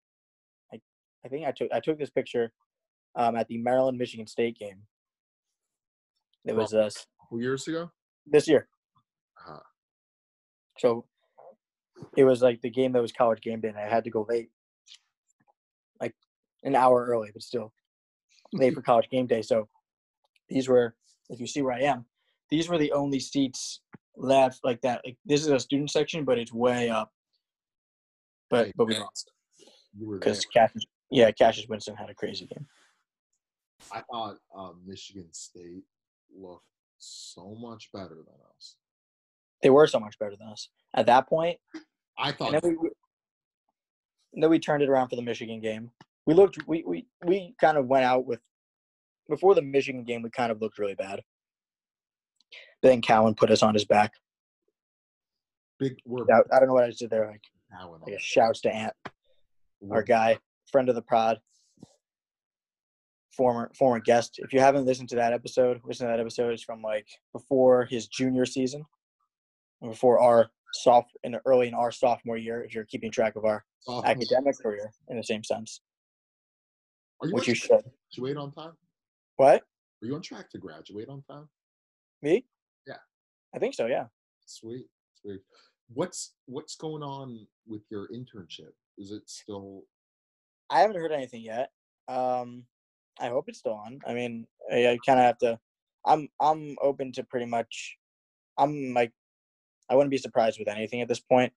Speaker 1: i i think i took i took this picture um at the maryland michigan state game it was uh, s-
Speaker 2: a couple years ago
Speaker 1: this year
Speaker 2: uh,
Speaker 1: so it was like the game that was college game day and i had to go late like an hour early but still late for college game day so these were if you see where i am these were the only seats left like that like this is a student section but it's way up but
Speaker 2: Hey,
Speaker 1: but we
Speaker 2: man,
Speaker 1: lost
Speaker 2: you were there
Speaker 1: because Cassius, yeah, Cassius Winston had a crazy game.
Speaker 2: i thought uh, michigan state looked so much better than us
Speaker 1: They were so much better than us at that point.
Speaker 2: i
Speaker 1: And
Speaker 2: thought
Speaker 1: then we, and then we turned it around for the Michigan game. We looked, we, we, we kind of went out with, before the Michigan game, we kind of looked really bad. Then Cowan put us on his back.
Speaker 2: big we're
Speaker 1: I, I don't know what I just did there. Like,
Speaker 2: now and
Speaker 1: like
Speaker 2: all.
Speaker 1: shouts to Ant, our
Speaker 2: We're-
Speaker 1: guy, friend of the prod, former former guest. If you haven't listened to that episode, listen to that episode. It's from like before his junior season, and before our soft in the early in our sophomore year. If you're keeping track of our
Speaker 2: sophomore.
Speaker 1: academic career in the same sense,
Speaker 2: are you,
Speaker 1: which
Speaker 2: on
Speaker 1: you
Speaker 2: track
Speaker 1: should.
Speaker 2: to graduate on time
Speaker 1: What
Speaker 2: are you on track to graduate on time
Speaker 1: me?
Speaker 2: Yeah.
Speaker 1: I think so. Yeah.
Speaker 2: Sweet, sweet. What's what's going on with your internship? Is it still
Speaker 1: I haven't heard anything yet. Um, I hope it's still on. I mean, I, I kind of have to. I'm I'm open to pretty much. I'm like, I wouldn't be surprised with anything at this point.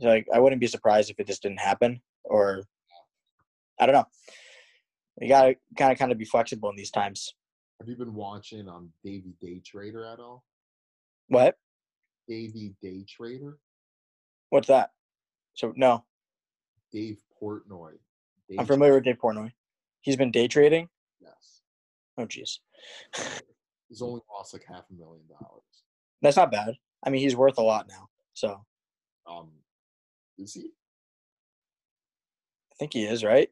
Speaker 1: Like, I wouldn't be surprised if it just didn't happen, or I don't know. You gotta kind of kind of be flexible in these times.
Speaker 2: have you been watching um Davy Day Trader at all?
Speaker 1: What?
Speaker 2: Davy Day Trader?
Speaker 1: What's that? So no,
Speaker 2: Dave Portnoy. Dave
Speaker 1: I'm familiar with Dave Portnoy. He's been day trading.
Speaker 2: Yes.
Speaker 1: Oh, jeez,
Speaker 2: He's only lost like half a million dollars.
Speaker 1: that's not bad. I mean, he's worth a lot now. So I
Speaker 2: Um is he
Speaker 1: think he is right.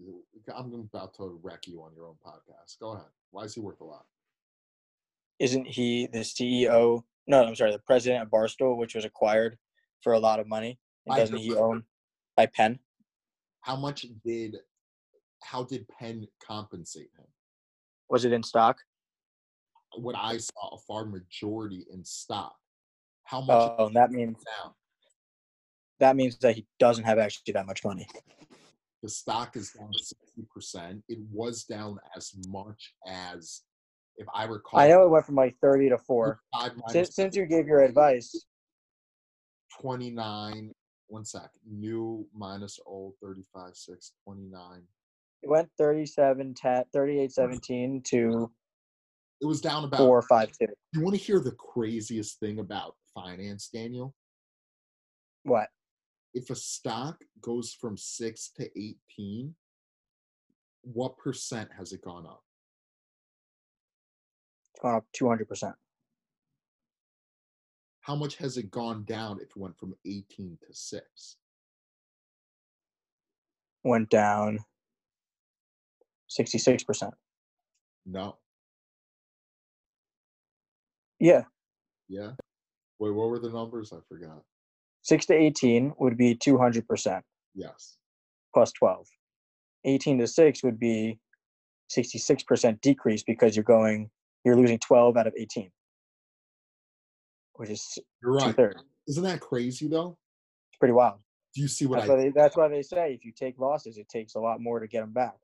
Speaker 2: is it- I'm about to wreck you on your own podcast. Go ahead. Why is he worth a lot?
Speaker 1: Isn't he the CEO? No, I'm sorry, the president of Barstool, which was acquired for a lot of money. And
Speaker 2: By
Speaker 1: doesn't
Speaker 2: who?
Speaker 1: he own by Penn?
Speaker 2: How much did how did Penn compensate him?
Speaker 1: Was it in stock?
Speaker 2: What I saw a far majority in stock. How much
Speaker 1: Oh, and that means
Speaker 2: now?
Speaker 1: that means that he doesn't have actually that much money.
Speaker 2: The stock is down sixty percent. It was down as much as if I recall.
Speaker 1: I know it went from like thirty to four.
Speaker 2: five
Speaker 1: Since, since you gave your advice,
Speaker 2: 29 one sec new minus old 35 6 29
Speaker 1: it went 37, 10, 38, 17 to
Speaker 2: it was down about
Speaker 1: four, five, two.
Speaker 2: you want to hear the craziest thing about finance daniel
Speaker 1: What?
Speaker 2: if a stock goes from 6 to 18 what percent has it gone up
Speaker 1: It's gone up 200%.
Speaker 2: how much has it gone down if it went from 18 to 6
Speaker 1: Went down 66%.
Speaker 2: no
Speaker 1: Yeah.
Speaker 2: yeah wait what were the numbers i forgot
Speaker 1: Six to 18 would be 200%
Speaker 2: yes
Speaker 1: plus 12. 18 to six would be 66% decrease because you're going, you're losing 12 out of 18, which is
Speaker 2: you're
Speaker 1: two
Speaker 2: right
Speaker 1: thirds.
Speaker 2: isn't that crazy though
Speaker 1: It's pretty wild.
Speaker 2: do you see what
Speaker 1: That's
Speaker 2: i
Speaker 1: why, they, that's why they say if you take losses, it takes a lot more to get them back.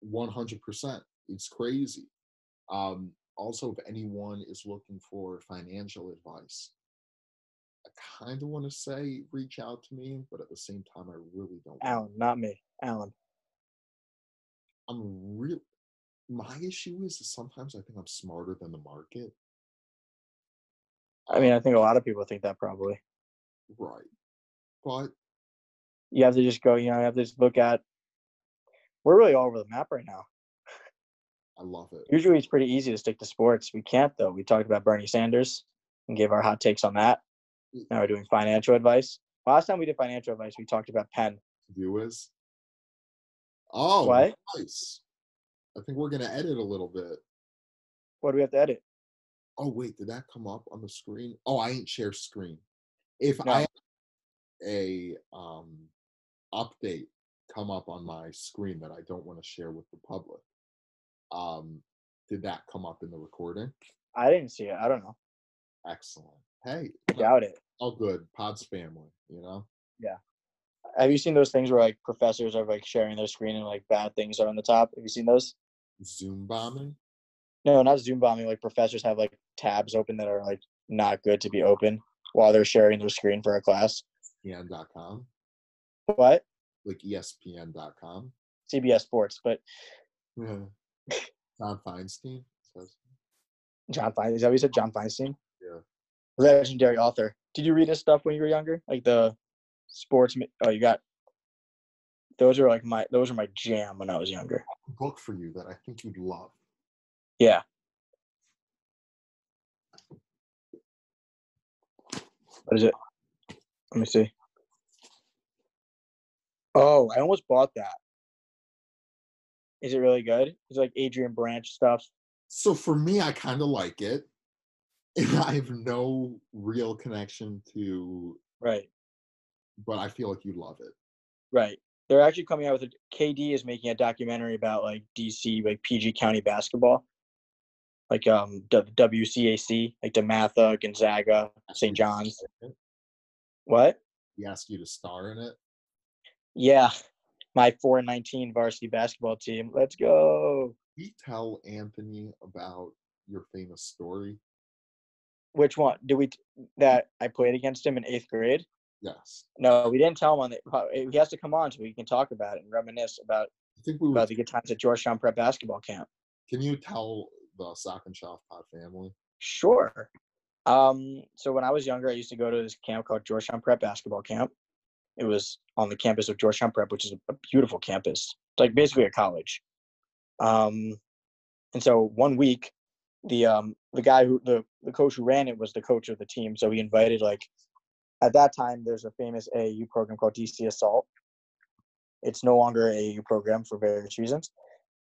Speaker 2: one hundred percent. It's crazy. Um, also, if anyone is looking for financial advice, I kind of want to say reach out to me, but at the same time, I really don't. wanna.
Speaker 1: Alan, not me. Alan.
Speaker 2: I'm real. My issue is that sometimes I think I'm smarter than the market.
Speaker 1: I mean, I think a lot of people think that probably.
Speaker 2: Right, but
Speaker 1: you have to just go, you know, you have to just look at we're really all over the map right now.
Speaker 2: I love it.
Speaker 1: Usually it's pretty easy to stick to sports. We can't though. We talked about Bernie Sanders and gave our hot takes on that. Now we're doing financial advice. Last time we did financial advice, we talked about Penn.
Speaker 2: Viewers. Oh,
Speaker 1: What?
Speaker 2: nice. I think we're gonna edit a little bit.
Speaker 1: What do we have to edit?
Speaker 2: Oh wait, did that come up on the screen? Oh, I ain't share screen. If
Speaker 1: No.
Speaker 2: I had a um update come up on my screen that I don't want to share with the public, um, did that come up in the recording?
Speaker 1: I didn't see it. I don't know.
Speaker 2: Excellent. Hey,
Speaker 1: Doubt it.
Speaker 2: all good. Pod's family, you know.
Speaker 1: Have you seen those things where like professors are like sharing their screen and like bad things are on the top? Have you seen those?
Speaker 2: Zoom bombing.
Speaker 1: No, not Zoom bombing. Like professors have like tabs open that are like not good to be open while they're sharing their screen for a class.
Speaker 2: ESPN.com,
Speaker 1: What?
Speaker 2: like E ESPN.com.
Speaker 1: CBS Sports, but
Speaker 2: Yeah. John Feinstein says
Speaker 1: John Feinstein. Is that what you said? John Feinstein?
Speaker 2: Yeah.
Speaker 1: Legendary author. Did you read his stuff when you were younger? Like the sports. ma- Oh, you got. Those are like my. Those are my jam when I was younger.
Speaker 2: a book for you that I think you'd love.
Speaker 1: Yeah. What is it? Let me see. Oh, I almost bought that. Is it really good? It's like Adrian Branch stuff.
Speaker 2: So for me, I kind of like it. And I have no real connection to,
Speaker 1: Right.
Speaker 2: but I feel like you love it.
Speaker 1: Right. They're actually coming out with a KD is making a documentary about like DC, like PG County basketball, like um the WCAC, like Dematha, Gonzaga, St. John's. What?
Speaker 2: He asked you to star in it.
Speaker 1: Yeah, my four and nineteen varsity basketball team. Let's go.
Speaker 2: Can you tell Anthony about your famous story?
Speaker 1: Which one? Did we that I played against him in eighth grade?
Speaker 2: Yes.
Speaker 1: No, we didn't tell him on the. He has to come on so we can talk about it and reminisce about
Speaker 2: I think we were.
Speaker 1: about the good times at Georgetown Prep basketball camp.
Speaker 2: Can you tell the Sock and Shop Pod family?
Speaker 1: Sure. Um, so when I was younger, I used to go to this camp called Georgetown Prep Basketball Camp. It was on the campus of Georgetown Prep, which is a beautiful campus. It's like basically a college. Um, and so one week, the um, the guy who the, the coach who ran it was the coach of the team. So he invited like at that time there's a famous AAU program called DC Assault, It's no longer a program for various reasons.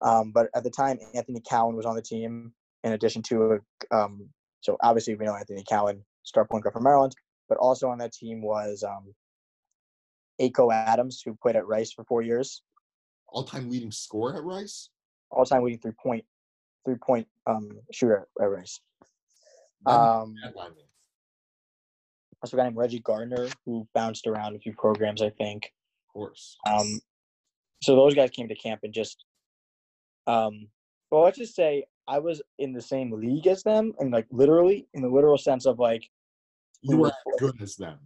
Speaker 1: Um, but at the time, Anthony Cowan was on the team. In addition to, um, so obviously we know Anthony Cowan, star point guard from Maryland, but also on that team was um, Aiko Adams, who played at Rice for four years,
Speaker 2: All-time leading scorer at Rice.
Speaker 1: all-time leading three-point three-point um, shooter at, at Rice. Um,
Speaker 2: That line means.
Speaker 1: also a guy named Reggie Gardner, who bounced around a few programs, I think.
Speaker 2: Of course.
Speaker 1: Um, so those guys came to camp and just, um, well, let's just say I was in the same league as them, and like literally in the literal sense of like
Speaker 2: You were as good as them.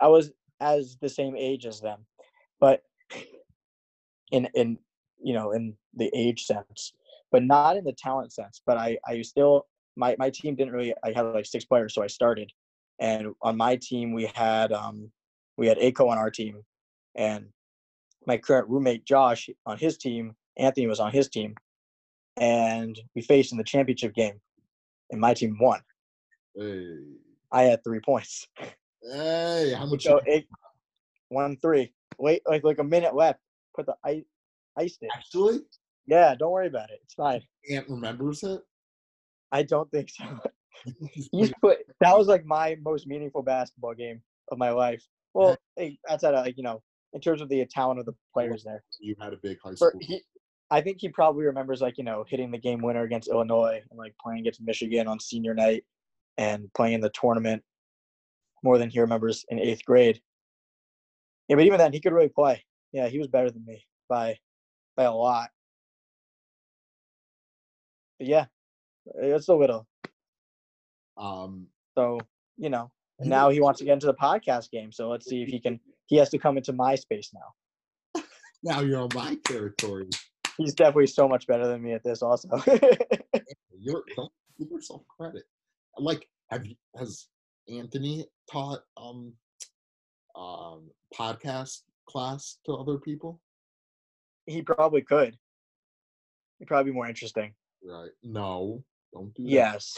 Speaker 1: I was as the same age as them, but in in you know in the age sense, but not in the talent sense. But I I still my my team didn't really I had like six players, so I started, and on my team we had um we had Aiko on our team, and my current roommate Josh on his team, Anthony was on his team, and we faced in the championship game, and my team won.
Speaker 2: Hey,
Speaker 1: I had three points.
Speaker 2: hey how much?
Speaker 1: So it one three. Wait, like like a minute left. Put the ice iced it.
Speaker 2: actually,
Speaker 1: Yeah, don't worry about it. It's fine.
Speaker 2: Ant remembers it.
Speaker 1: I don't think so. You put that was like my most meaningful basketball game of my life. Well, hey, outside of like you know, in terms of the talent of the players there,
Speaker 2: you had a big high school.
Speaker 1: For- he, I think he probably remembers like you know hitting the game winner against Illinois and like playing against Michigan on senior night and playing in the tournament more than he remembers in eighth grade. Yeah, but even then he could really play. Yeah, he was better than me by by a lot. But yeah, it's a little.
Speaker 2: Um,
Speaker 1: So you know
Speaker 2: You
Speaker 1: now
Speaker 2: know-
Speaker 1: he wants to get into the podcast game. So let's see if he can. He has to come into my space now.
Speaker 2: now you're on my territory.
Speaker 1: He's definitely so much better than me at this. Also,
Speaker 2: You're don't give yourself credit. Like, have you, has Anthony taught um, um, podcast class to other people?
Speaker 1: he probably could. It'd probably be more interesting.
Speaker 2: Right? No, don't do that.
Speaker 1: Yes.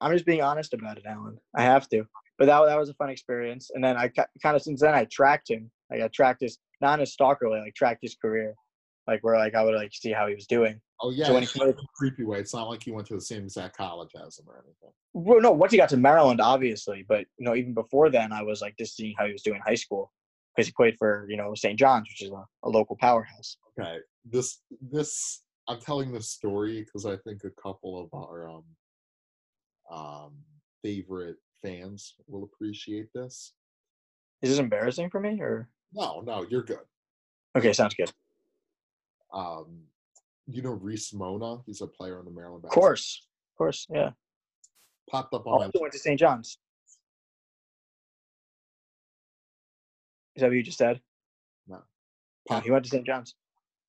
Speaker 1: I'm just being honest about it, Alan. I have to. But that, that was a fun experience. And then I kind of, since then, I tracked him. Like, I tracked his, not in a stalker way, like, tracked his career. Like, where, like, I would, like, see how he was doing.
Speaker 2: Oh yeah,
Speaker 1: So when
Speaker 2: it's
Speaker 1: he-
Speaker 2: not in a creepy way. It's not like he went to the same exact college as him or anything.
Speaker 1: Well, no, once he got to Maryland, obviously. But, you know, even before then, I was, like, just seeing how he was doing in high school. Because he played for, you know, St. John's, which is a, a local powerhouse.
Speaker 2: Okay, this this I'm telling this story because I think a couple of our um, um, favorite fans will appreciate this.
Speaker 1: Is this embarrassing for me? Or,
Speaker 2: No, no, you're good.
Speaker 1: okay, sounds good.
Speaker 2: Um, you know Reese Mona, he's a player on the Maryland.
Speaker 1: Of course. Of course. Yeah.
Speaker 2: popped up on
Speaker 1: Also
Speaker 2: my.
Speaker 1: went to St. John's. Is that what you just said?
Speaker 2: No.
Speaker 1: No, he went to St. John's.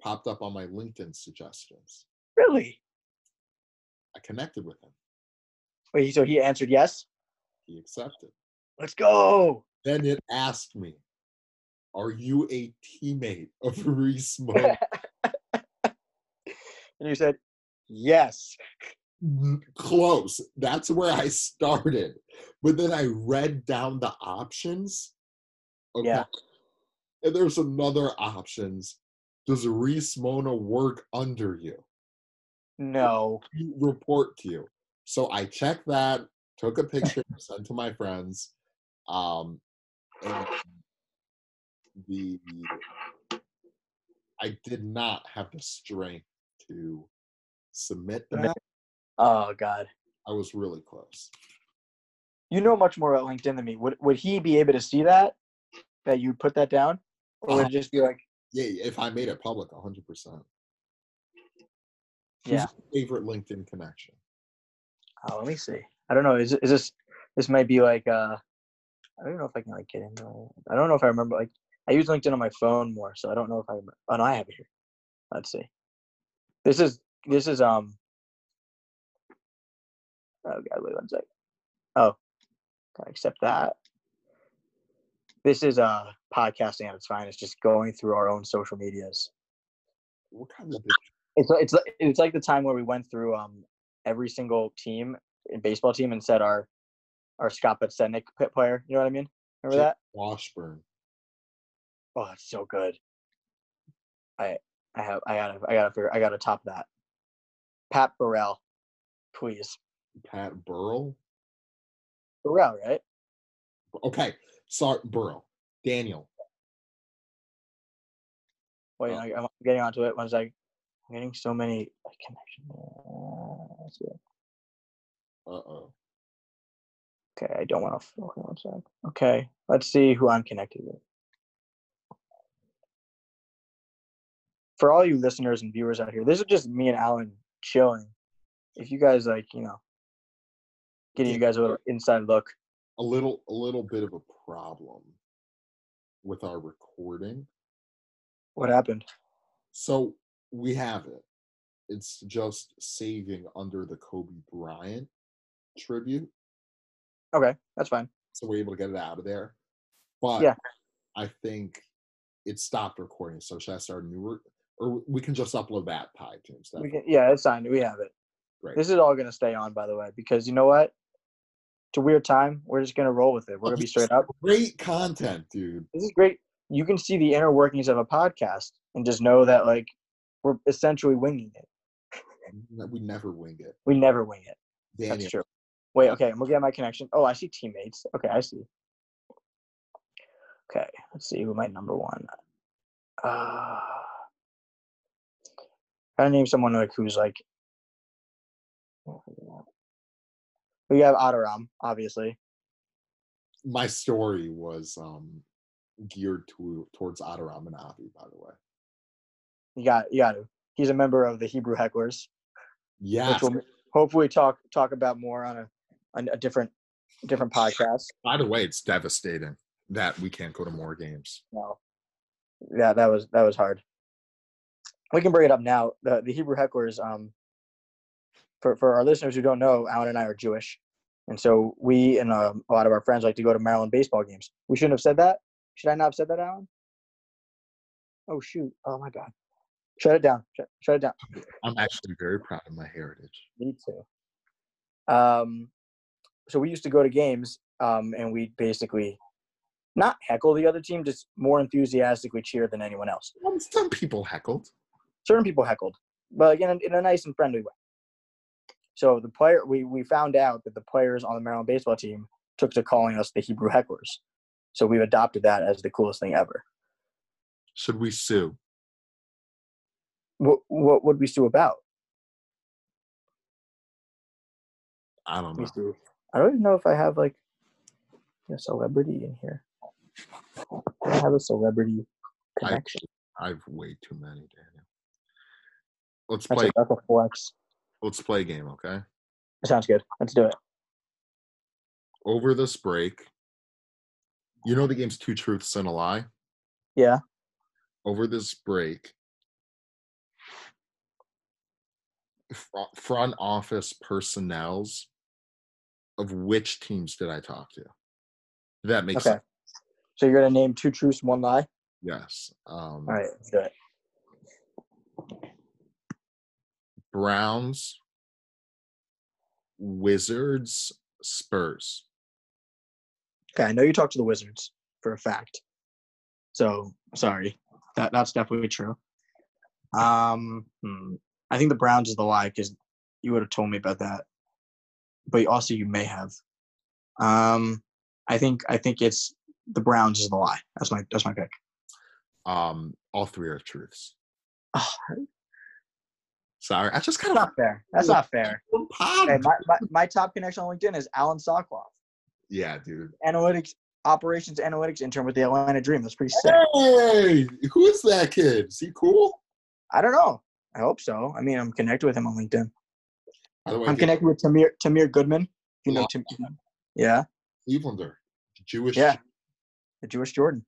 Speaker 2: popped up on my LinkedIn suggestions.
Speaker 1: Really?
Speaker 2: I connected with him.
Speaker 1: Wait, so he answered yes?
Speaker 2: He accepted.
Speaker 1: Let's go.
Speaker 2: Then it asked me, "Are you a teammate of Reese Mona?"
Speaker 1: And you said, yes.
Speaker 2: N- Close. That's where I started, but then I read down the options. Okay.
Speaker 1: Yeah.
Speaker 2: And there's another options. Does Reese Mona work under you?
Speaker 1: No.
Speaker 2: you report to you. So I checked that, took a picture, sent to my friends. Um, and the I did not have the strength to submit that.
Speaker 1: Oh, God.
Speaker 2: I was really close.
Speaker 1: You know much more about LinkedIn than me. Would, would he be able to see that? That you put that down? Or would it just be like,
Speaker 2: Yeah, if I made it public, 100. percent
Speaker 1: Yeah.
Speaker 2: Favorite LinkedIn connection?
Speaker 1: oh, let me see. I don't know. Is, is this, this might be like, uh, I don't know if I can like get into it. I don't know if I remember. Like, I use LinkedIn on my phone more, so I don't know if I remember. Oh, no, I have it here. Let's see. This is this is um. Oh god, wait one sec. Oh, gotta accept that. This is uh podcasting at its finest. Just going through our own social medias.
Speaker 2: What kind of
Speaker 1: It's li- it's li- it's like the time where we went through um every single team, eh, baseball team, and said our our Scott Petsenik player. You know what I mean? Remember
Speaker 2: Yeah.
Speaker 1: that?
Speaker 2: Washburn?
Speaker 1: Oh, it's so good. I I have I gotta I gotta figure I gotta top that. Pat Burrell, please.
Speaker 2: Pat Burrell.
Speaker 1: Burrell, right?
Speaker 2: Okay, sorry, Burrell. Daniel.
Speaker 1: Wait,
Speaker 2: Oh.
Speaker 1: I, I'm getting onto it. One sec. I'm getting so many connections. Uh, let's see.
Speaker 2: Uh oh.
Speaker 1: Okay, I don't want to. One sec. Okay, let's see who I'm connected with. For all you listeners and viewers out here, this is just me and Alan chilling. If you guys like, you know, getting you guys a little inside look.
Speaker 2: A little, a little bit of a problem with our recording.
Speaker 1: What happened?
Speaker 2: So we have it. It's just saving under the Kobe Bryant tribute.
Speaker 1: Okay, that's fine.
Speaker 2: so we're able to get it out of there. But
Speaker 1: Yeah.
Speaker 2: I think it stopped recording, so should I start a new re- or we can just upload that to iTunes?
Speaker 1: We
Speaker 2: That
Speaker 1: can, yeah, it's fine. We have it.
Speaker 2: Great.
Speaker 1: This is all gonna stay on, by the way, because you know what? It's a weird time. We're just gonna roll with it. We're gonna be straight up.
Speaker 2: great content, dude.
Speaker 1: this is great. You can see the inner workings of a podcast and just know that like we're essentially winging it.
Speaker 2: N- We never wing it.
Speaker 1: We never wing it. That's
Speaker 2: Daniel,
Speaker 1: true. Wait, okay, I'm looking at my connection. Oh, I see teammates. Okay, I see. Okay, let's see who my number one. Uh, gotta name someone like who's like. We have Adaram, obviously.
Speaker 2: my story was um geared to towards Adaram and Avi, by the way.
Speaker 1: You got, you got to. He's a member of the Hebrew Hecklers.
Speaker 2: Yeah,
Speaker 1: which we'll hopefully talk talk about more on a on a different different podcast.
Speaker 2: by the way, it's devastating that we can't go to more games.
Speaker 1: No, yeah, that was that was hard. We can bring it up now. The the Hebrew hecklers. Um, for for our listeners who don't know, Alan and I are Jewish, and so we and um, a lot of our friends like to go to Maryland baseball games. We shouldn't have said that. Should I not have said that, Alan? Oh shoot! Oh my God! Shut it down! Shut, shut it down!
Speaker 2: I'm actually very proud of my heritage.
Speaker 1: Me too. Um, so we used to go to games, um, and we'd basically not heckle the other team, just more enthusiastically cheer than anyone else.
Speaker 2: Some- Some people heckled.
Speaker 1: Certain people heckled, but again, in a nice and friendly way. So the player, we, we found out that the players on the Maryland baseball team took to calling us the Hebrew hecklers. So we've adopted that as the coolest thing ever.
Speaker 2: Should we sue?
Speaker 1: What, what would we sue about?
Speaker 2: I don't
Speaker 1: Let me
Speaker 2: know.
Speaker 1: see. I don't even know if I have like a celebrity in here. I have a celebrity
Speaker 2: I-
Speaker 1: connection.
Speaker 2: I've way too many, Daniel. Let's
Speaker 1: That's
Speaker 2: play.
Speaker 1: a, that's a flex.
Speaker 2: Let's play a game, okay?
Speaker 1: That sounds good. Let's do it.
Speaker 2: Over this break, you know the game's two truths and a lie.
Speaker 1: Yeah.
Speaker 2: Over this break, fro- uh, front office personnels of which teams did I talk to? Did that makes
Speaker 1: Okay.
Speaker 2: sense?
Speaker 1: So you're gonna name two truths, one lie.
Speaker 2: Yes. Um,
Speaker 1: All right, let's do it.
Speaker 2: Browns, Wizards, Spurs.
Speaker 1: Okay, I know you talked to the Wizards for a fact. So sorry, that that's definitely true. Um, hmm, I think the Browns is the lie because you would have told me about that, but also you may have. Um, I think I think it's the Browns is the lie. That's my that's my pick.
Speaker 2: Um, all three are truths.
Speaker 1: Oh,
Speaker 2: Sorry, I just kind
Speaker 1: that's
Speaker 2: of
Speaker 1: not fair. That's not fair.
Speaker 2: Pod.
Speaker 1: Okay, my, my, my top connection on LinkedIn is Alan Sokloff.
Speaker 2: yeah, dude.
Speaker 1: analytics operations analytics intern with the Atlanta Dream. That's pretty sick.
Speaker 2: Hey, who is that kid? Is he cool?
Speaker 1: I don't know. I hope so. I mean, I'm connected with him on LinkedIn.
Speaker 2: By the way,
Speaker 1: I'm
Speaker 2: dude,
Speaker 1: connected with Tamir Tamir Goodman. If You know Tamir. Yeah,
Speaker 2: Clevelander, Jewish.
Speaker 1: Yeah. the Jewish Jordan.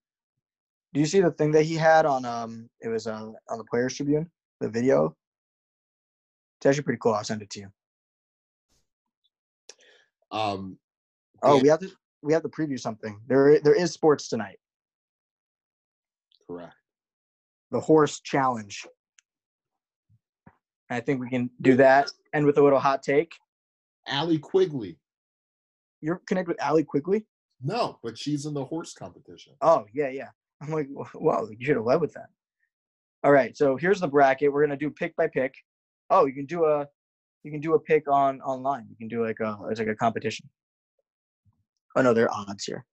Speaker 1: Do you see the thing that he had on um? It was uh, on the Players Tribune. The video. It's actually pretty cool. I'll send it to you.
Speaker 2: Um,
Speaker 1: Oh,
Speaker 2: Yeah.
Speaker 1: we have to we have to preview something. There there is sports tonight.
Speaker 2: correct.
Speaker 1: The horse challenge. I think we can do that. And with a little hot take,
Speaker 2: Allie Quigley.
Speaker 1: you're connected with Allie Quigley.
Speaker 2: No, but she's in the horse competition.
Speaker 1: Oh yeah, yeah. I'm like, wow, you should have led with that. All right, so here's the bracket. We're gonna do pick by pick. Oh, you can do a, you can do a pick on online. You can do like a, it's like a competition. Oh no, there are odds here.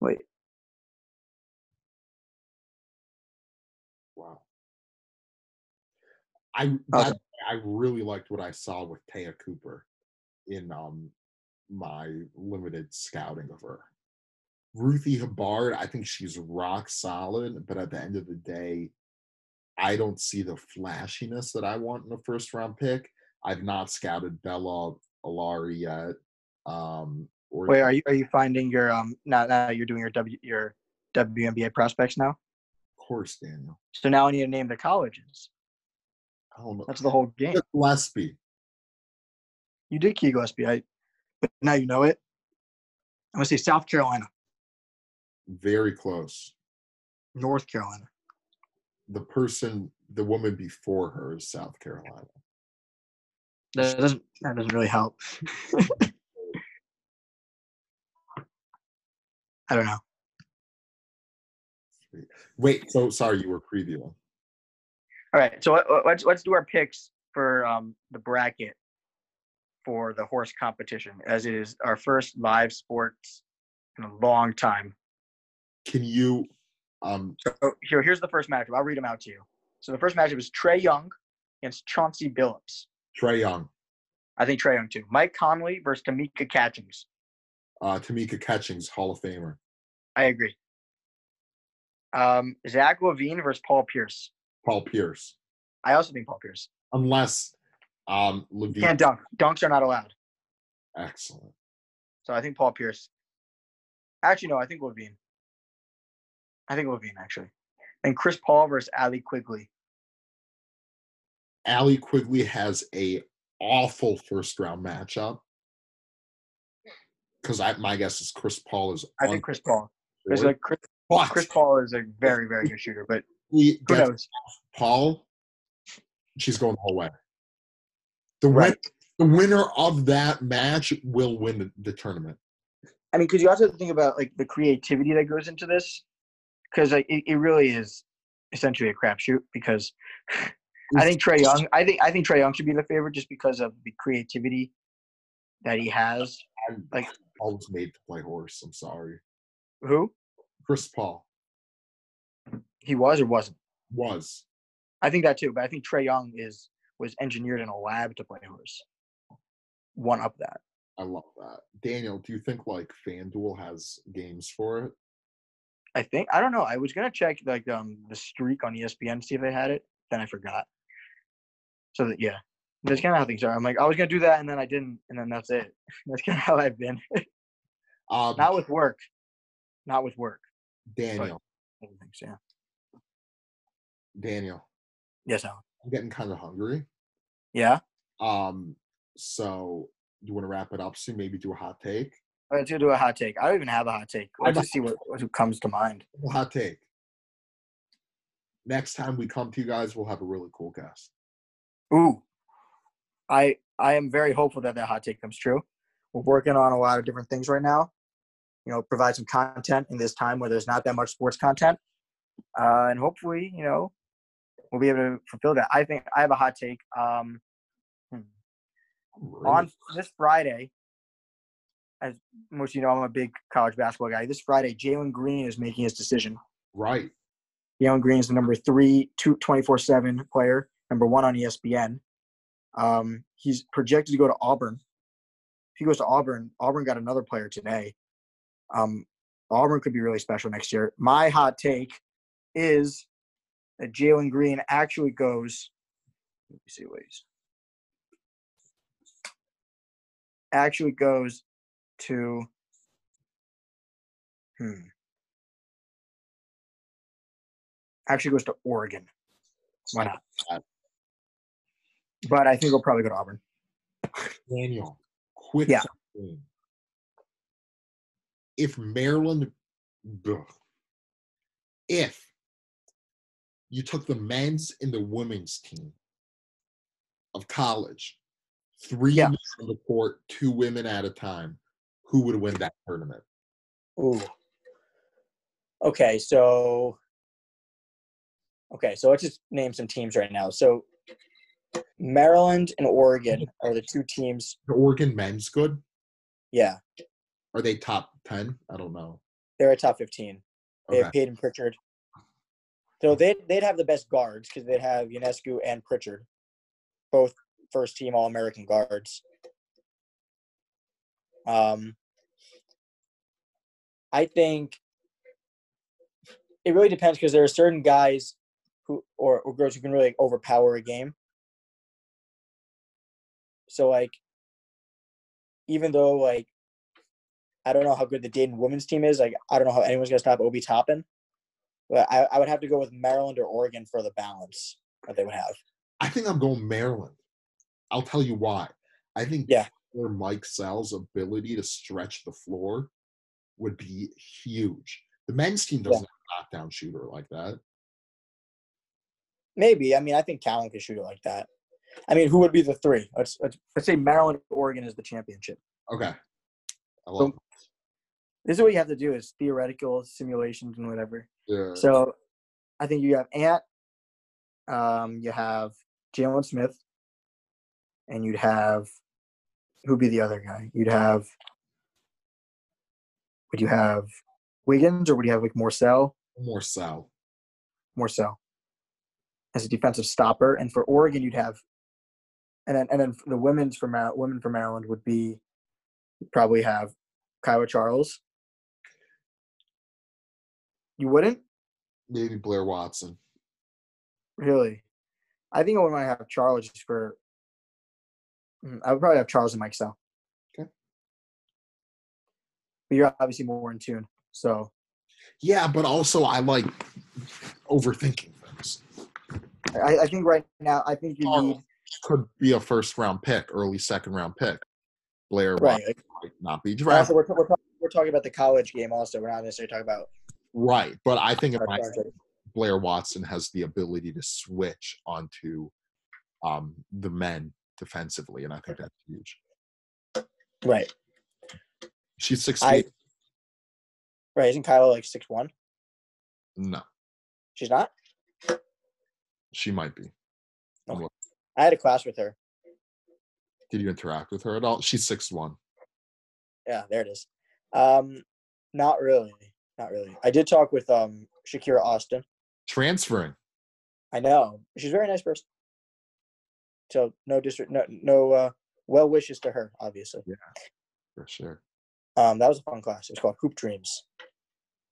Speaker 1: Wait,
Speaker 2: Wow. I by the way, I really liked what I saw with Taya Cooper in um my limited scouting of her. Ruthie Hubbard, I think she's rock solid, but at the end of the day, I don't see the flashiness that I want in a first round pick. I've not scouted Bella Alari yet. Um, or
Speaker 1: wait, are you are you finding your um? Now, now you're doing your W your WNBA prospects now.
Speaker 2: of course, Daniel.
Speaker 1: So now I need to name the colleges.
Speaker 2: I don't know.
Speaker 1: That's the whole game.
Speaker 2: Gillespie.
Speaker 1: You did Key Gillespie, I, but now you know it. I'm gonna say South Carolina,
Speaker 2: Very close.
Speaker 1: North Carolina.
Speaker 2: The person, the woman before her is South Carolina.
Speaker 1: That doesn't that doesn't really help. I don't know.
Speaker 2: Wait, so sorry, you were previewing.
Speaker 1: All right, so let- let's let's do our picks for um, the bracket for the horse competition, as it is our first live sports in a long time.
Speaker 2: Can you um
Speaker 1: So here, here's the first matchup. I'll read them out to you. So the first matchup is Trey Young against Chauncey Billups.
Speaker 2: Trey Young,
Speaker 1: I think Trey Young too. Mike Conley versus Tamika Catchings.
Speaker 2: uh Tamika Catchings, Hall of Famer.
Speaker 1: I agree. Um, Zach Levine versus Paul Pierce.
Speaker 2: Paul Pierce.
Speaker 1: I also think Paul Pierce.
Speaker 2: Unless um Levine
Speaker 1: Can't dunk. Dunks are not allowed.
Speaker 2: excellent.
Speaker 1: So I think Paul Pierce. Actually, no, I think Levine. I think Levine, actually. And Chris Paul versus Ali Quigley.
Speaker 2: Allie Quigley has a awful first round matchup. Cause I my guess is Chris Paul is
Speaker 1: Hmm. I think Chris Paul. There's
Speaker 2: unemployed.
Speaker 1: a Chris,
Speaker 2: But
Speaker 1: Chris Paul is a very, very good shooter, but
Speaker 2: he
Speaker 1: who
Speaker 2: gets
Speaker 1: knows?
Speaker 2: Paul, she's going the whole way. The win-
Speaker 1: Right.
Speaker 2: the winner of that match will win the, the tournament.
Speaker 1: I mean, because you also think about like the creativity that goes into this, because like, it, it really is essentially a crapshoot. Because I think Trey Young, I think I think Trey Young should be the favorite just because of the creativity that he has.
Speaker 2: I'm
Speaker 1: Like-
Speaker 2: always made to play horse. I'm sorry.
Speaker 1: Who
Speaker 2: Chris Paul
Speaker 1: he was or wasn't,
Speaker 2: was.
Speaker 1: I think that too. But I think Trey Young is was engineered in a lab to play horse. One up that.
Speaker 2: I love that. Daniel, do you think like FanDuel has games for it?
Speaker 1: I think I don't know. I was gonna check like um the streak on ESPN see if they had it. Then I forgot. So that yeah, that's kind of how things are. I'm like I was gonna do that and then I didn't, and then that's it. That's kind of how I've been.
Speaker 2: Um,
Speaker 1: Not with work. Not with work.
Speaker 2: Daniel.
Speaker 1: I don't think so. Yeah.
Speaker 2: Daniel,
Speaker 1: Yes, Alan.
Speaker 2: I'm getting kind of hungry.
Speaker 1: Yeah.
Speaker 2: Um, so you want to wrap it up soon? Maybe do a hot take.
Speaker 1: All right, Let's go do a hot take. I don't even have a hot take. Let's just see what, what comes to mind.
Speaker 2: Hot take. Next time we come to you guys, we'll have a really cool guest.
Speaker 1: Ooh, I I am very hopeful that that hot take comes true. We're working on a lot of different things right now. You know, provide some content in this time where there's not that much sports content, uh, and hopefully, you know, we'll be able to fulfill that. I think I have a hot take. Um,
Speaker 2: Really?
Speaker 1: on this Friday, as most of you know, I'm a big college basketball guy. This Friday, Jalen Green is making his decision.
Speaker 2: right.
Speaker 1: Jalen Green is the number three, two, 24-7 player, number one on E ESPN. Um, he's projected to go to Auburn. If he goes to Auburn, Auburn got another player today. Um, Auburn could be really special next year. My hot take is that Jalen Green actually goes. Let me see what he's. Actually goes to. Hmm. Actually goes to Oregon. Why not? But I think he'll probably go to Auburn.
Speaker 2: Daniel, quick
Speaker 1: Yeah.
Speaker 2: something. If Maryland, ugh. if you took the men's and the women's team of college, three
Speaker 1: Yeah.
Speaker 2: men on the court, two women at a time, who would win that tournament?
Speaker 1: Ooh. Okay, so Okay, so let's just name some teams right now. So Maryland and Oregon are the two teams.
Speaker 2: The Oregon men's good.
Speaker 1: Yeah,
Speaker 2: Are they top ten? I don't know.
Speaker 1: they're a top 15. They
Speaker 2: Okay.
Speaker 1: have Peyton Pritchard. So they'd, they'd have the best guards because they'd have Unescu and Pritchard, both first team All American guards. Um, I think it really depends because there are certain guys who or, or girls who can really overpower a game. So like, even though like, I don't know how good the Dayton women's team is. Like, I don't know how anyone's gonna stop Obi Toppin. But I, I would have to go with Maryland or Oregon for the balance that they would have.
Speaker 2: I think I'm going Maryland. I'll tell you why. I think
Speaker 1: Yeah.
Speaker 2: where Mike Sal's ability to stretch the floor would be huge. The men's team doesn't have a knockdown shooter like that.
Speaker 1: Maybe. I mean, I think Callan could shoot it like that. I mean, who would be the three? Let's let's, let's say Maryland, Oregon is the championship.
Speaker 2: Okay. I love
Speaker 1: This is what you have to do: is theoretical simulations and whatever.
Speaker 2: yeah.
Speaker 1: So, I think you have Ant, um, you have Jalen Smith, and you'd have who'd be the other guy? You'd have would you have Wiggins or would you have like Morcell?
Speaker 2: more Sal.
Speaker 1: Morcell as a defensive stopper, and for Oregon you'd have, and then and then the women's for Mar- women for Maryland would be you'd probably have Kiowa Charles. You wouldn't.
Speaker 2: Maybe Blair Watson.
Speaker 1: Really? I think I would might have Charles just for. Mm, I would probably have Charles and Mike Sell.
Speaker 2: Okay.
Speaker 1: But you're obviously more in tune. So
Speaker 2: Yeah, but also I like overthinking things.
Speaker 1: I, I think right now, I think you
Speaker 2: Charles
Speaker 1: need.
Speaker 2: could be a first round pick, early second round pick. Blair
Speaker 1: Right.
Speaker 2: Watson
Speaker 1: like,
Speaker 2: might not be
Speaker 1: also,
Speaker 2: drafted.
Speaker 1: we're, we're, talking, we're talking about the college game also. We're not necessarily talking about.
Speaker 2: Right. But I think if
Speaker 1: about
Speaker 2: I
Speaker 1: Charles.
Speaker 2: Blair Watson has the ability to switch onto um, the men defensively, and I think that's huge.
Speaker 1: Right.
Speaker 2: She's 16.
Speaker 1: I- Right. Isn't Kyle like six one?
Speaker 2: no,
Speaker 1: She's not?
Speaker 2: she might be.
Speaker 1: I had a class with her.
Speaker 2: Did you interact with her at all? She's six one.
Speaker 1: Yeah, there it is. Um, Not really. Not really. I did talk with um Shakira Austin.
Speaker 2: Transferring.
Speaker 1: I know. She's a very nice person. So no district no no uh, well wishes to her, obviously.
Speaker 2: For sure.
Speaker 1: Um that was a fun class. It was called Hoop Dreams.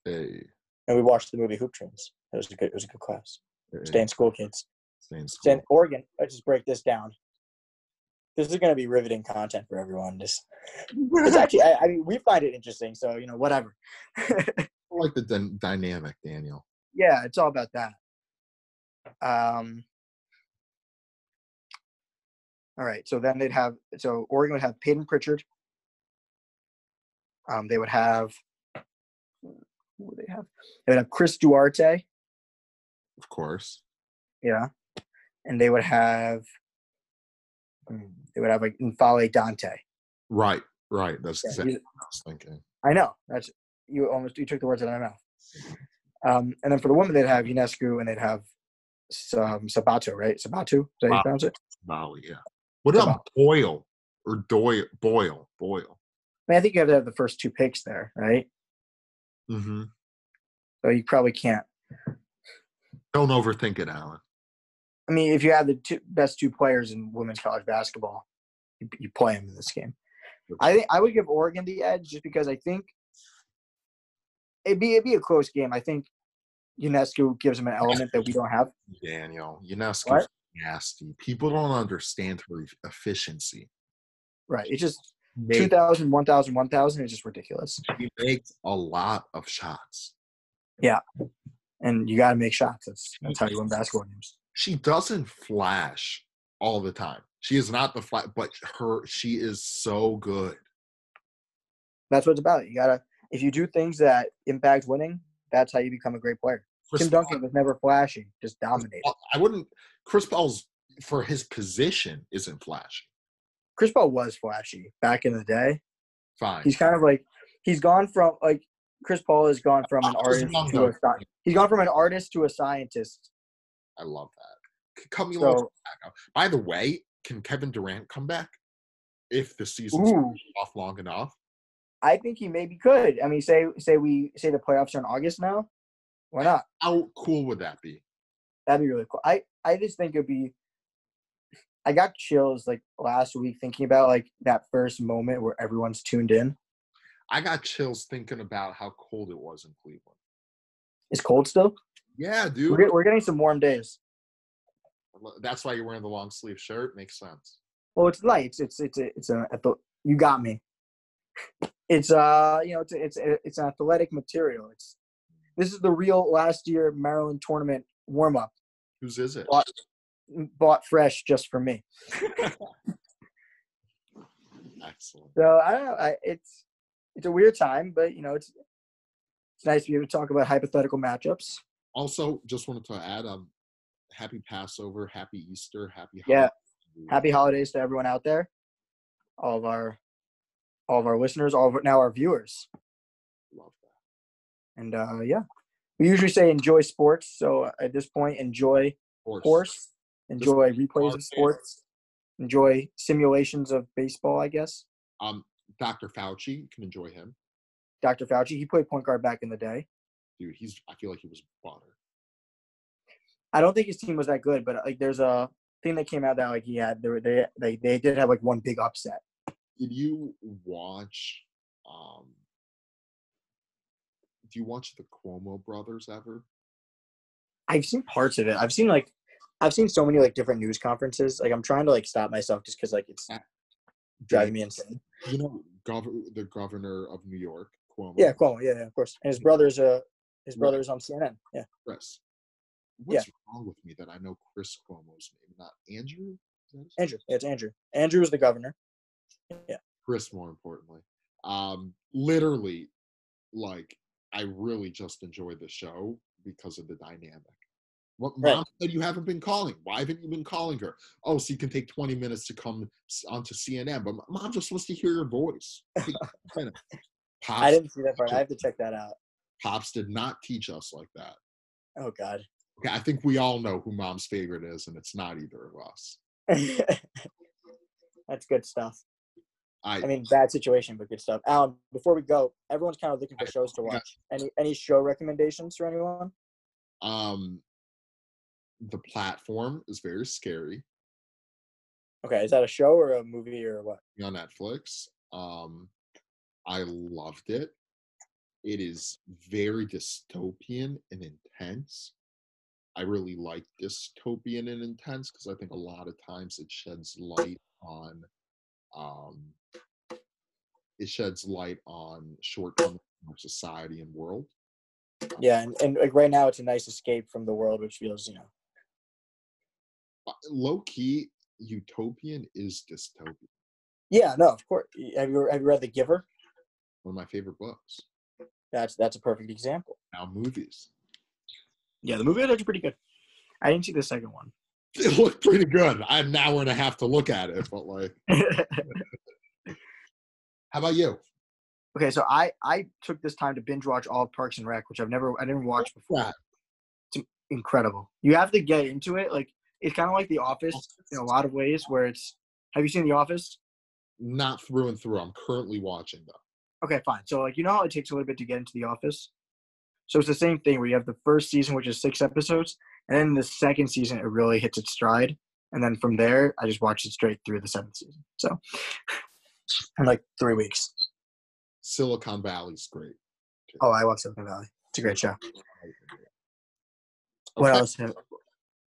Speaker 2: Hey,
Speaker 1: And we watched the movie Hoop Dreams. It was a good it was a good class.
Speaker 2: hey,
Speaker 1: Stay in school, kids.
Speaker 2: stay in
Speaker 1: Stay
Speaker 2: school.
Speaker 1: in Oregon, let's just break this down. This is gonna be riveting content for everyone. Just it's actually I, I mean we find it interesting, so you know, whatever.
Speaker 2: I like the dyn- dynamic, Daniel.
Speaker 1: yeah, it's all about that. Um, all right, so then they'd have so Oregon would have Peyton Pritchard. Um, they would have who would they have? They would have Chris Duarte.
Speaker 2: Of course.
Speaker 1: Yeah, and they would have hmm, they would have like Infale Dante.
Speaker 2: Right, right. That's
Speaker 1: Yeah,
Speaker 2: exactly
Speaker 1: he's-
Speaker 2: what I was thinking.
Speaker 1: I know that's you almost you took the words out of my mouth. Um, and then for the women, they'd have Unescu and they'd have um, Sabato, right? Sabatu, is that how you
Speaker 2: Wow.
Speaker 1: pronounce it?
Speaker 2: Molly, yeah. What about Boyle or Doyle? Boyle, Boyle.
Speaker 1: I mean, I think you have to have the first two picks there, right?
Speaker 2: Mm-hmm.
Speaker 1: So you probably can't.
Speaker 2: Don't overthink it, Alan.
Speaker 1: I mean, if you have the two best two players in women's college basketball, you, you play them in this game. I think I would give Oregon the edge just because I think it'd be it'd be a close game. I think UNESCO gives them an element that we don't have.
Speaker 2: Daniel, Unesco's
Speaker 1: What?
Speaker 2: nasty. People don't understand her e- efficiency.
Speaker 1: Right? It's just
Speaker 2: Make,
Speaker 1: 2,000, 1,000, 1,000 is just ridiculous.
Speaker 2: she makes a lot of shots.
Speaker 1: And you got to make shots. That's that's how you win basketball games.
Speaker 2: She doesn't flash all the time. She is not the flash, but her she is so good.
Speaker 1: That's what it's about. You gotta if you do things that impact winning, that's how you become a great player.
Speaker 2: Chris
Speaker 1: Tim Duncan was never flashy, just dominated.
Speaker 2: Paul- I wouldn't. Chris Paul's for his position isn't flashy.
Speaker 1: Chris Paul was flashy back in the day.
Speaker 2: Fine.
Speaker 1: He's kind of like he's gone from like Chris Paul has gone from an
Speaker 2: Paul was
Speaker 1: artist
Speaker 2: young,
Speaker 1: to
Speaker 2: though.
Speaker 1: a sci- he's gone from an artist to a scientist
Speaker 2: I love that. Cut me
Speaker 3: So,
Speaker 2: By the way, can Kevin Durant come back if the season's
Speaker 1: Ooh,
Speaker 2: off long enough?
Speaker 1: I think he maybe could. I mean, say say we say the playoffs are in August now. Why not?
Speaker 2: How cool would that be?
Speaker 1: That'd be really cool. I I just think it'd be. I got chills like last week thinking about like that first moment where everyone's tuned in.
Speaker 2: I got chills thinking about how cold it was in Cleveland.
Speaker 1: It's cold still.
Speaker 2: Yeah,
Speaker 1: We're,
Speaker 2: dude.
Speaker 1: get- we're getting some warm days.
Speaker 2: That's why you're wearing the long sleeve shirt. Makes sense.
Speaker 1: Well, it's light. It's it's it's a, it's a ath- you got me. It's uh you know it's a, it's a, it's an athletic material. It's this is the real last year Maryland tournament warm up
Speaker 2: Whose is it?
Speaker 1: bought bought fresh just for me.
Speaker 2: Excellent.
Speaker 1: So I don't know. I, it's it's a weird time, but you know it's it's nice to be able to talk about hypothetical matchups.
Speaker 2: Also, just wanted to add, um, happy Passover, happy Easter, happy
Speaker 1: Yeah.
Speaker 2: Halloween.
Speaker 1: Happy holidays to everyone out there, all of our all of our listeners, all of our, now our viewers,
Speaker 2: Love that.
Speaker 1: and uh, yeah, we usually say enjoy sports. So at this point, enjoy
Speaker 2: Horse.
Speaker 1: course. Enjoy replays
Speaker 2: holidays.
Speaker 1: of sports. Enjoy simulations of baseball, I guess.
Speaker 2: Um, Dr. Fauci, you can enjoy him,
Speaker 1: Dr. Fauci, he played point guard back in the day.
Speaker 2: dude. He's. I feel like he was butter.
Speaker 1: I don't think his team was that good, but like there's a thing that came out that like he had they were- they they, they did have like one big upset.
Speaker 2: Did you watch? Um, do you watch the Cuomo brothers ever?
Speaker 1: I've seen parts of it. I've seen like I've seen so many like different news conferences. Like I'm trying to like stop myself just because like it's driving me insane.
Speaker 2: You know, gov- the governor of New York, Cuomo.
Speaker 1: Yeah, Cuomo. Yeah, yeah, of course. And his brother's uh his brother's on CNN. Yeah,
Speaker 2: Chris. What's wrong with me that I know Chris Cuomo's name, not Andrew? Is that his name?
Speaker 1: Andrew. Yeah, it's Andrew. Andrew was the governor.
Speaker 2: Chris, more importantly. Um, literally, like, I really just enjoyed the show because of the dynamic. What
Speaker 1: Right.
Speaker 2: mom said you haven't been calling. Why haven't you been calling her? Oh, so you can take 20 minutes to come s- onto CNN, but m- mom just wants to hear your voice. Take 20 minutes.
Speaker 1: I
Speaker 2: Pops,
Speaker 1: didn't see that part. I have to check that out.
Speaker 2: Pops did not teach us like that.
Speaker 1: Oh God.
Speaker 2: Okay, I think we all know who mom's favorite is, and it's not either of us.
Speaker 1: That's good stuff.
Speaker 2: I,
Speaker 1: I mean, bad situation, but good stuff. Alan, before we go, everyone's kind of looking for shows to watch. Any any show recommendations for anyone?
Speaker 2: um the platform is very scary
Speaker 1: Okay, is that a show or a movie or what?
Speaker 2: on netflix um i loved it it is very dystopian and intense i really like dystopian and intense because i think a lot of times it sheds light on um it sheds light on shortcomings in our society and world
Speaker 1: Yeah, and, and like right now, it's a nice escape from the world, which feels you know.
Speaker 2: low key utopian is dystopian
Speaker 1: Yeah, no, of course. Y- Have you have you read The Giver?
Speaker 2: one of my favorite books
Speaker 1: That's that's a perfect example.
Speaker 2: now movies
Speaker 3: Yeah, the movie was actually pretty good.
Speaker 1: I didn't see the second one.
Speaker 2: it looked pretty good. I had an hour and a half to look at it, but like, how about you?
Speaker 1: okay, so I I took this time to binge watch all of Parks and Rec, which I've never I didn't watch before.
Speaker 2: that?
Speaker 1: It's incredible. You have to get into it. Like it's kind of like The Office in a lot of ways, where it's. Have you seen The Office?
Speaker 2: Not through and through. I'm currently watching though.
Speaker 1: Okay, fine. So like you know how it takes a little bit to get into the office? So it's the same thing where you have the first season which is six episodes, and then the second season it really hits its stride. And then from there I just watched it straight through the seventh season. So in like three weeks.
Speaker 2: Silicon Valley's great.
Speaker 1: Oh, I love Silicon Valley. It's a great show. What
Speaker 2: Okay,
Speaker 1: else? have-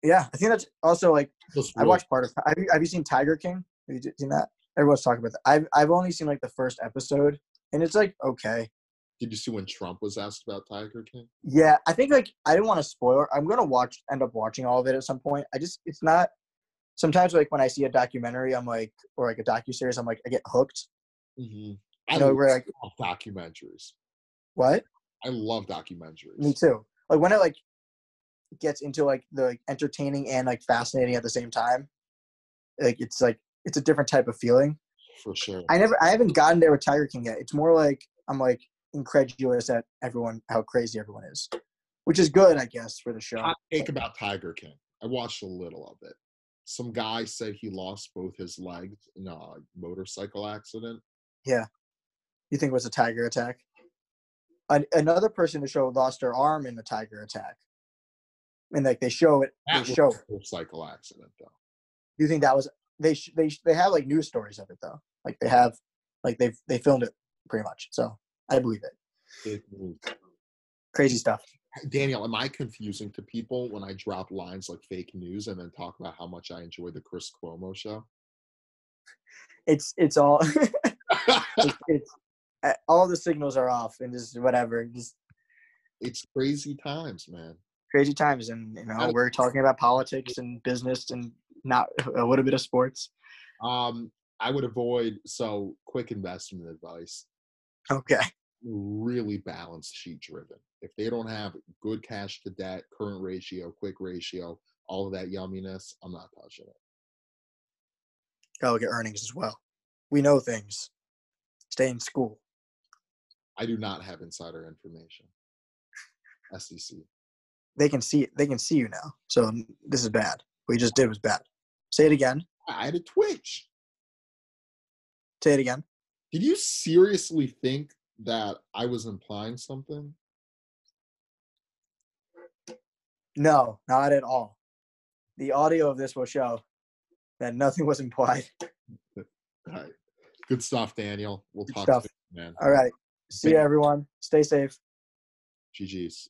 Speaker 1: Yeah, I think that's also like
Speaker 2: just
Speaker 1: I
Speaker 2: real-
Speaker 1: watched part of. Have you, have you seen Tiger King? Have you d- seen that? Everyone's talking about that. I've I've only seen like the first episode, and it's like okay.
Speaker 2: Did you see when Trump was asked about Tiger King?
Speaker 1: Yeah, I think like I didn't want to spoil. it. I'm gonna watch, end up watching all of it at some point. I just it's not. Sometimes like when I see a documentary, I'm like, or like a docu series, I'm like, I get hooked.
Speaker 2: Mm-hmm.
Speaker 1: You know, where like
Speaker 2: love documentaries.
Speaker 1: what?
Speaker 2: I love documentaries.
Speaker 1: Me too. Like when it like gets into like the like, entertaining and like fascinating at the same time, like it's like it's a different type of feeling.
Speaker 2: For sure.
Speaker 1: I never, I haven't gotten there with Tiger King yet. It's more like I'm like incredulous at everyone how crazy everyone is, which is good, I guess, for the show.
Speaker 2: Hot take about Tiger King. I watched a little of it. Some guy said he lost both his legs in a motorcycle accident.
Speaker 1: You think it was a tiger attack? An- another person in the show lost their arm in the tiger attack, and like they show it. They
Speaker 2: That was
Speaker 1: show. it.
Speaker 2: a motorcycle accident though.
Speaker 1: You think that was they? Sh- they sh- they have like news stories of it though. Like they have, like they've they filmed it pretty much. So I believe it.
Speaker 2: It was-
Speaker 1: Crazy stuff.
Speaker 2: Daniel, am I confusing to people when I drop lines like fake news and then talk about how much I enjoy the Chris Cuomo show?
Speaker 1: It's it's all it's, it's uh, all the signals are off and just whatever. Just
Speaker 2: it's crazy times, man.
Speaker 1: crazy times and you know
Speaker 2: Oh.
Speaker 1: we're talking about politics and business and not a little bit of sports.
Speaker 2: Um, I would avoid so quick investment advice.
Speaker 1: Okay.
Speaker 2: really balance sheet driven. If they don't have good cash to debt, current ratio, quick ratio, all of that yumminess, I'm not touching it.
Speaker 1: Gotta look at earnings as well. We know things. Stay in school.
Speaker 2: I do not have insider information. E SEC.
Speaker 1: They can see they can see you now. So this is bad. What you just did was bad. Say it again.
Speaker 2: I had a twitch.
Speaker 1: Say it again.
Speaker 2: Did you seriously think that I was implying something?
Speaker 1: No, not at all. The audio of this will show that nothing was implied.
Speaker 2: All right. Good stuff, Daniel. We'll
Speaker 1: Good
Speaker 2: talk
Speaker 1: stuff.
Speaker 2: soon, man.
Speaker 1: All right. See you
Speaker 2: Thank-
Speaker 1: everyone. Stay safe.
Speaker 2: GG's.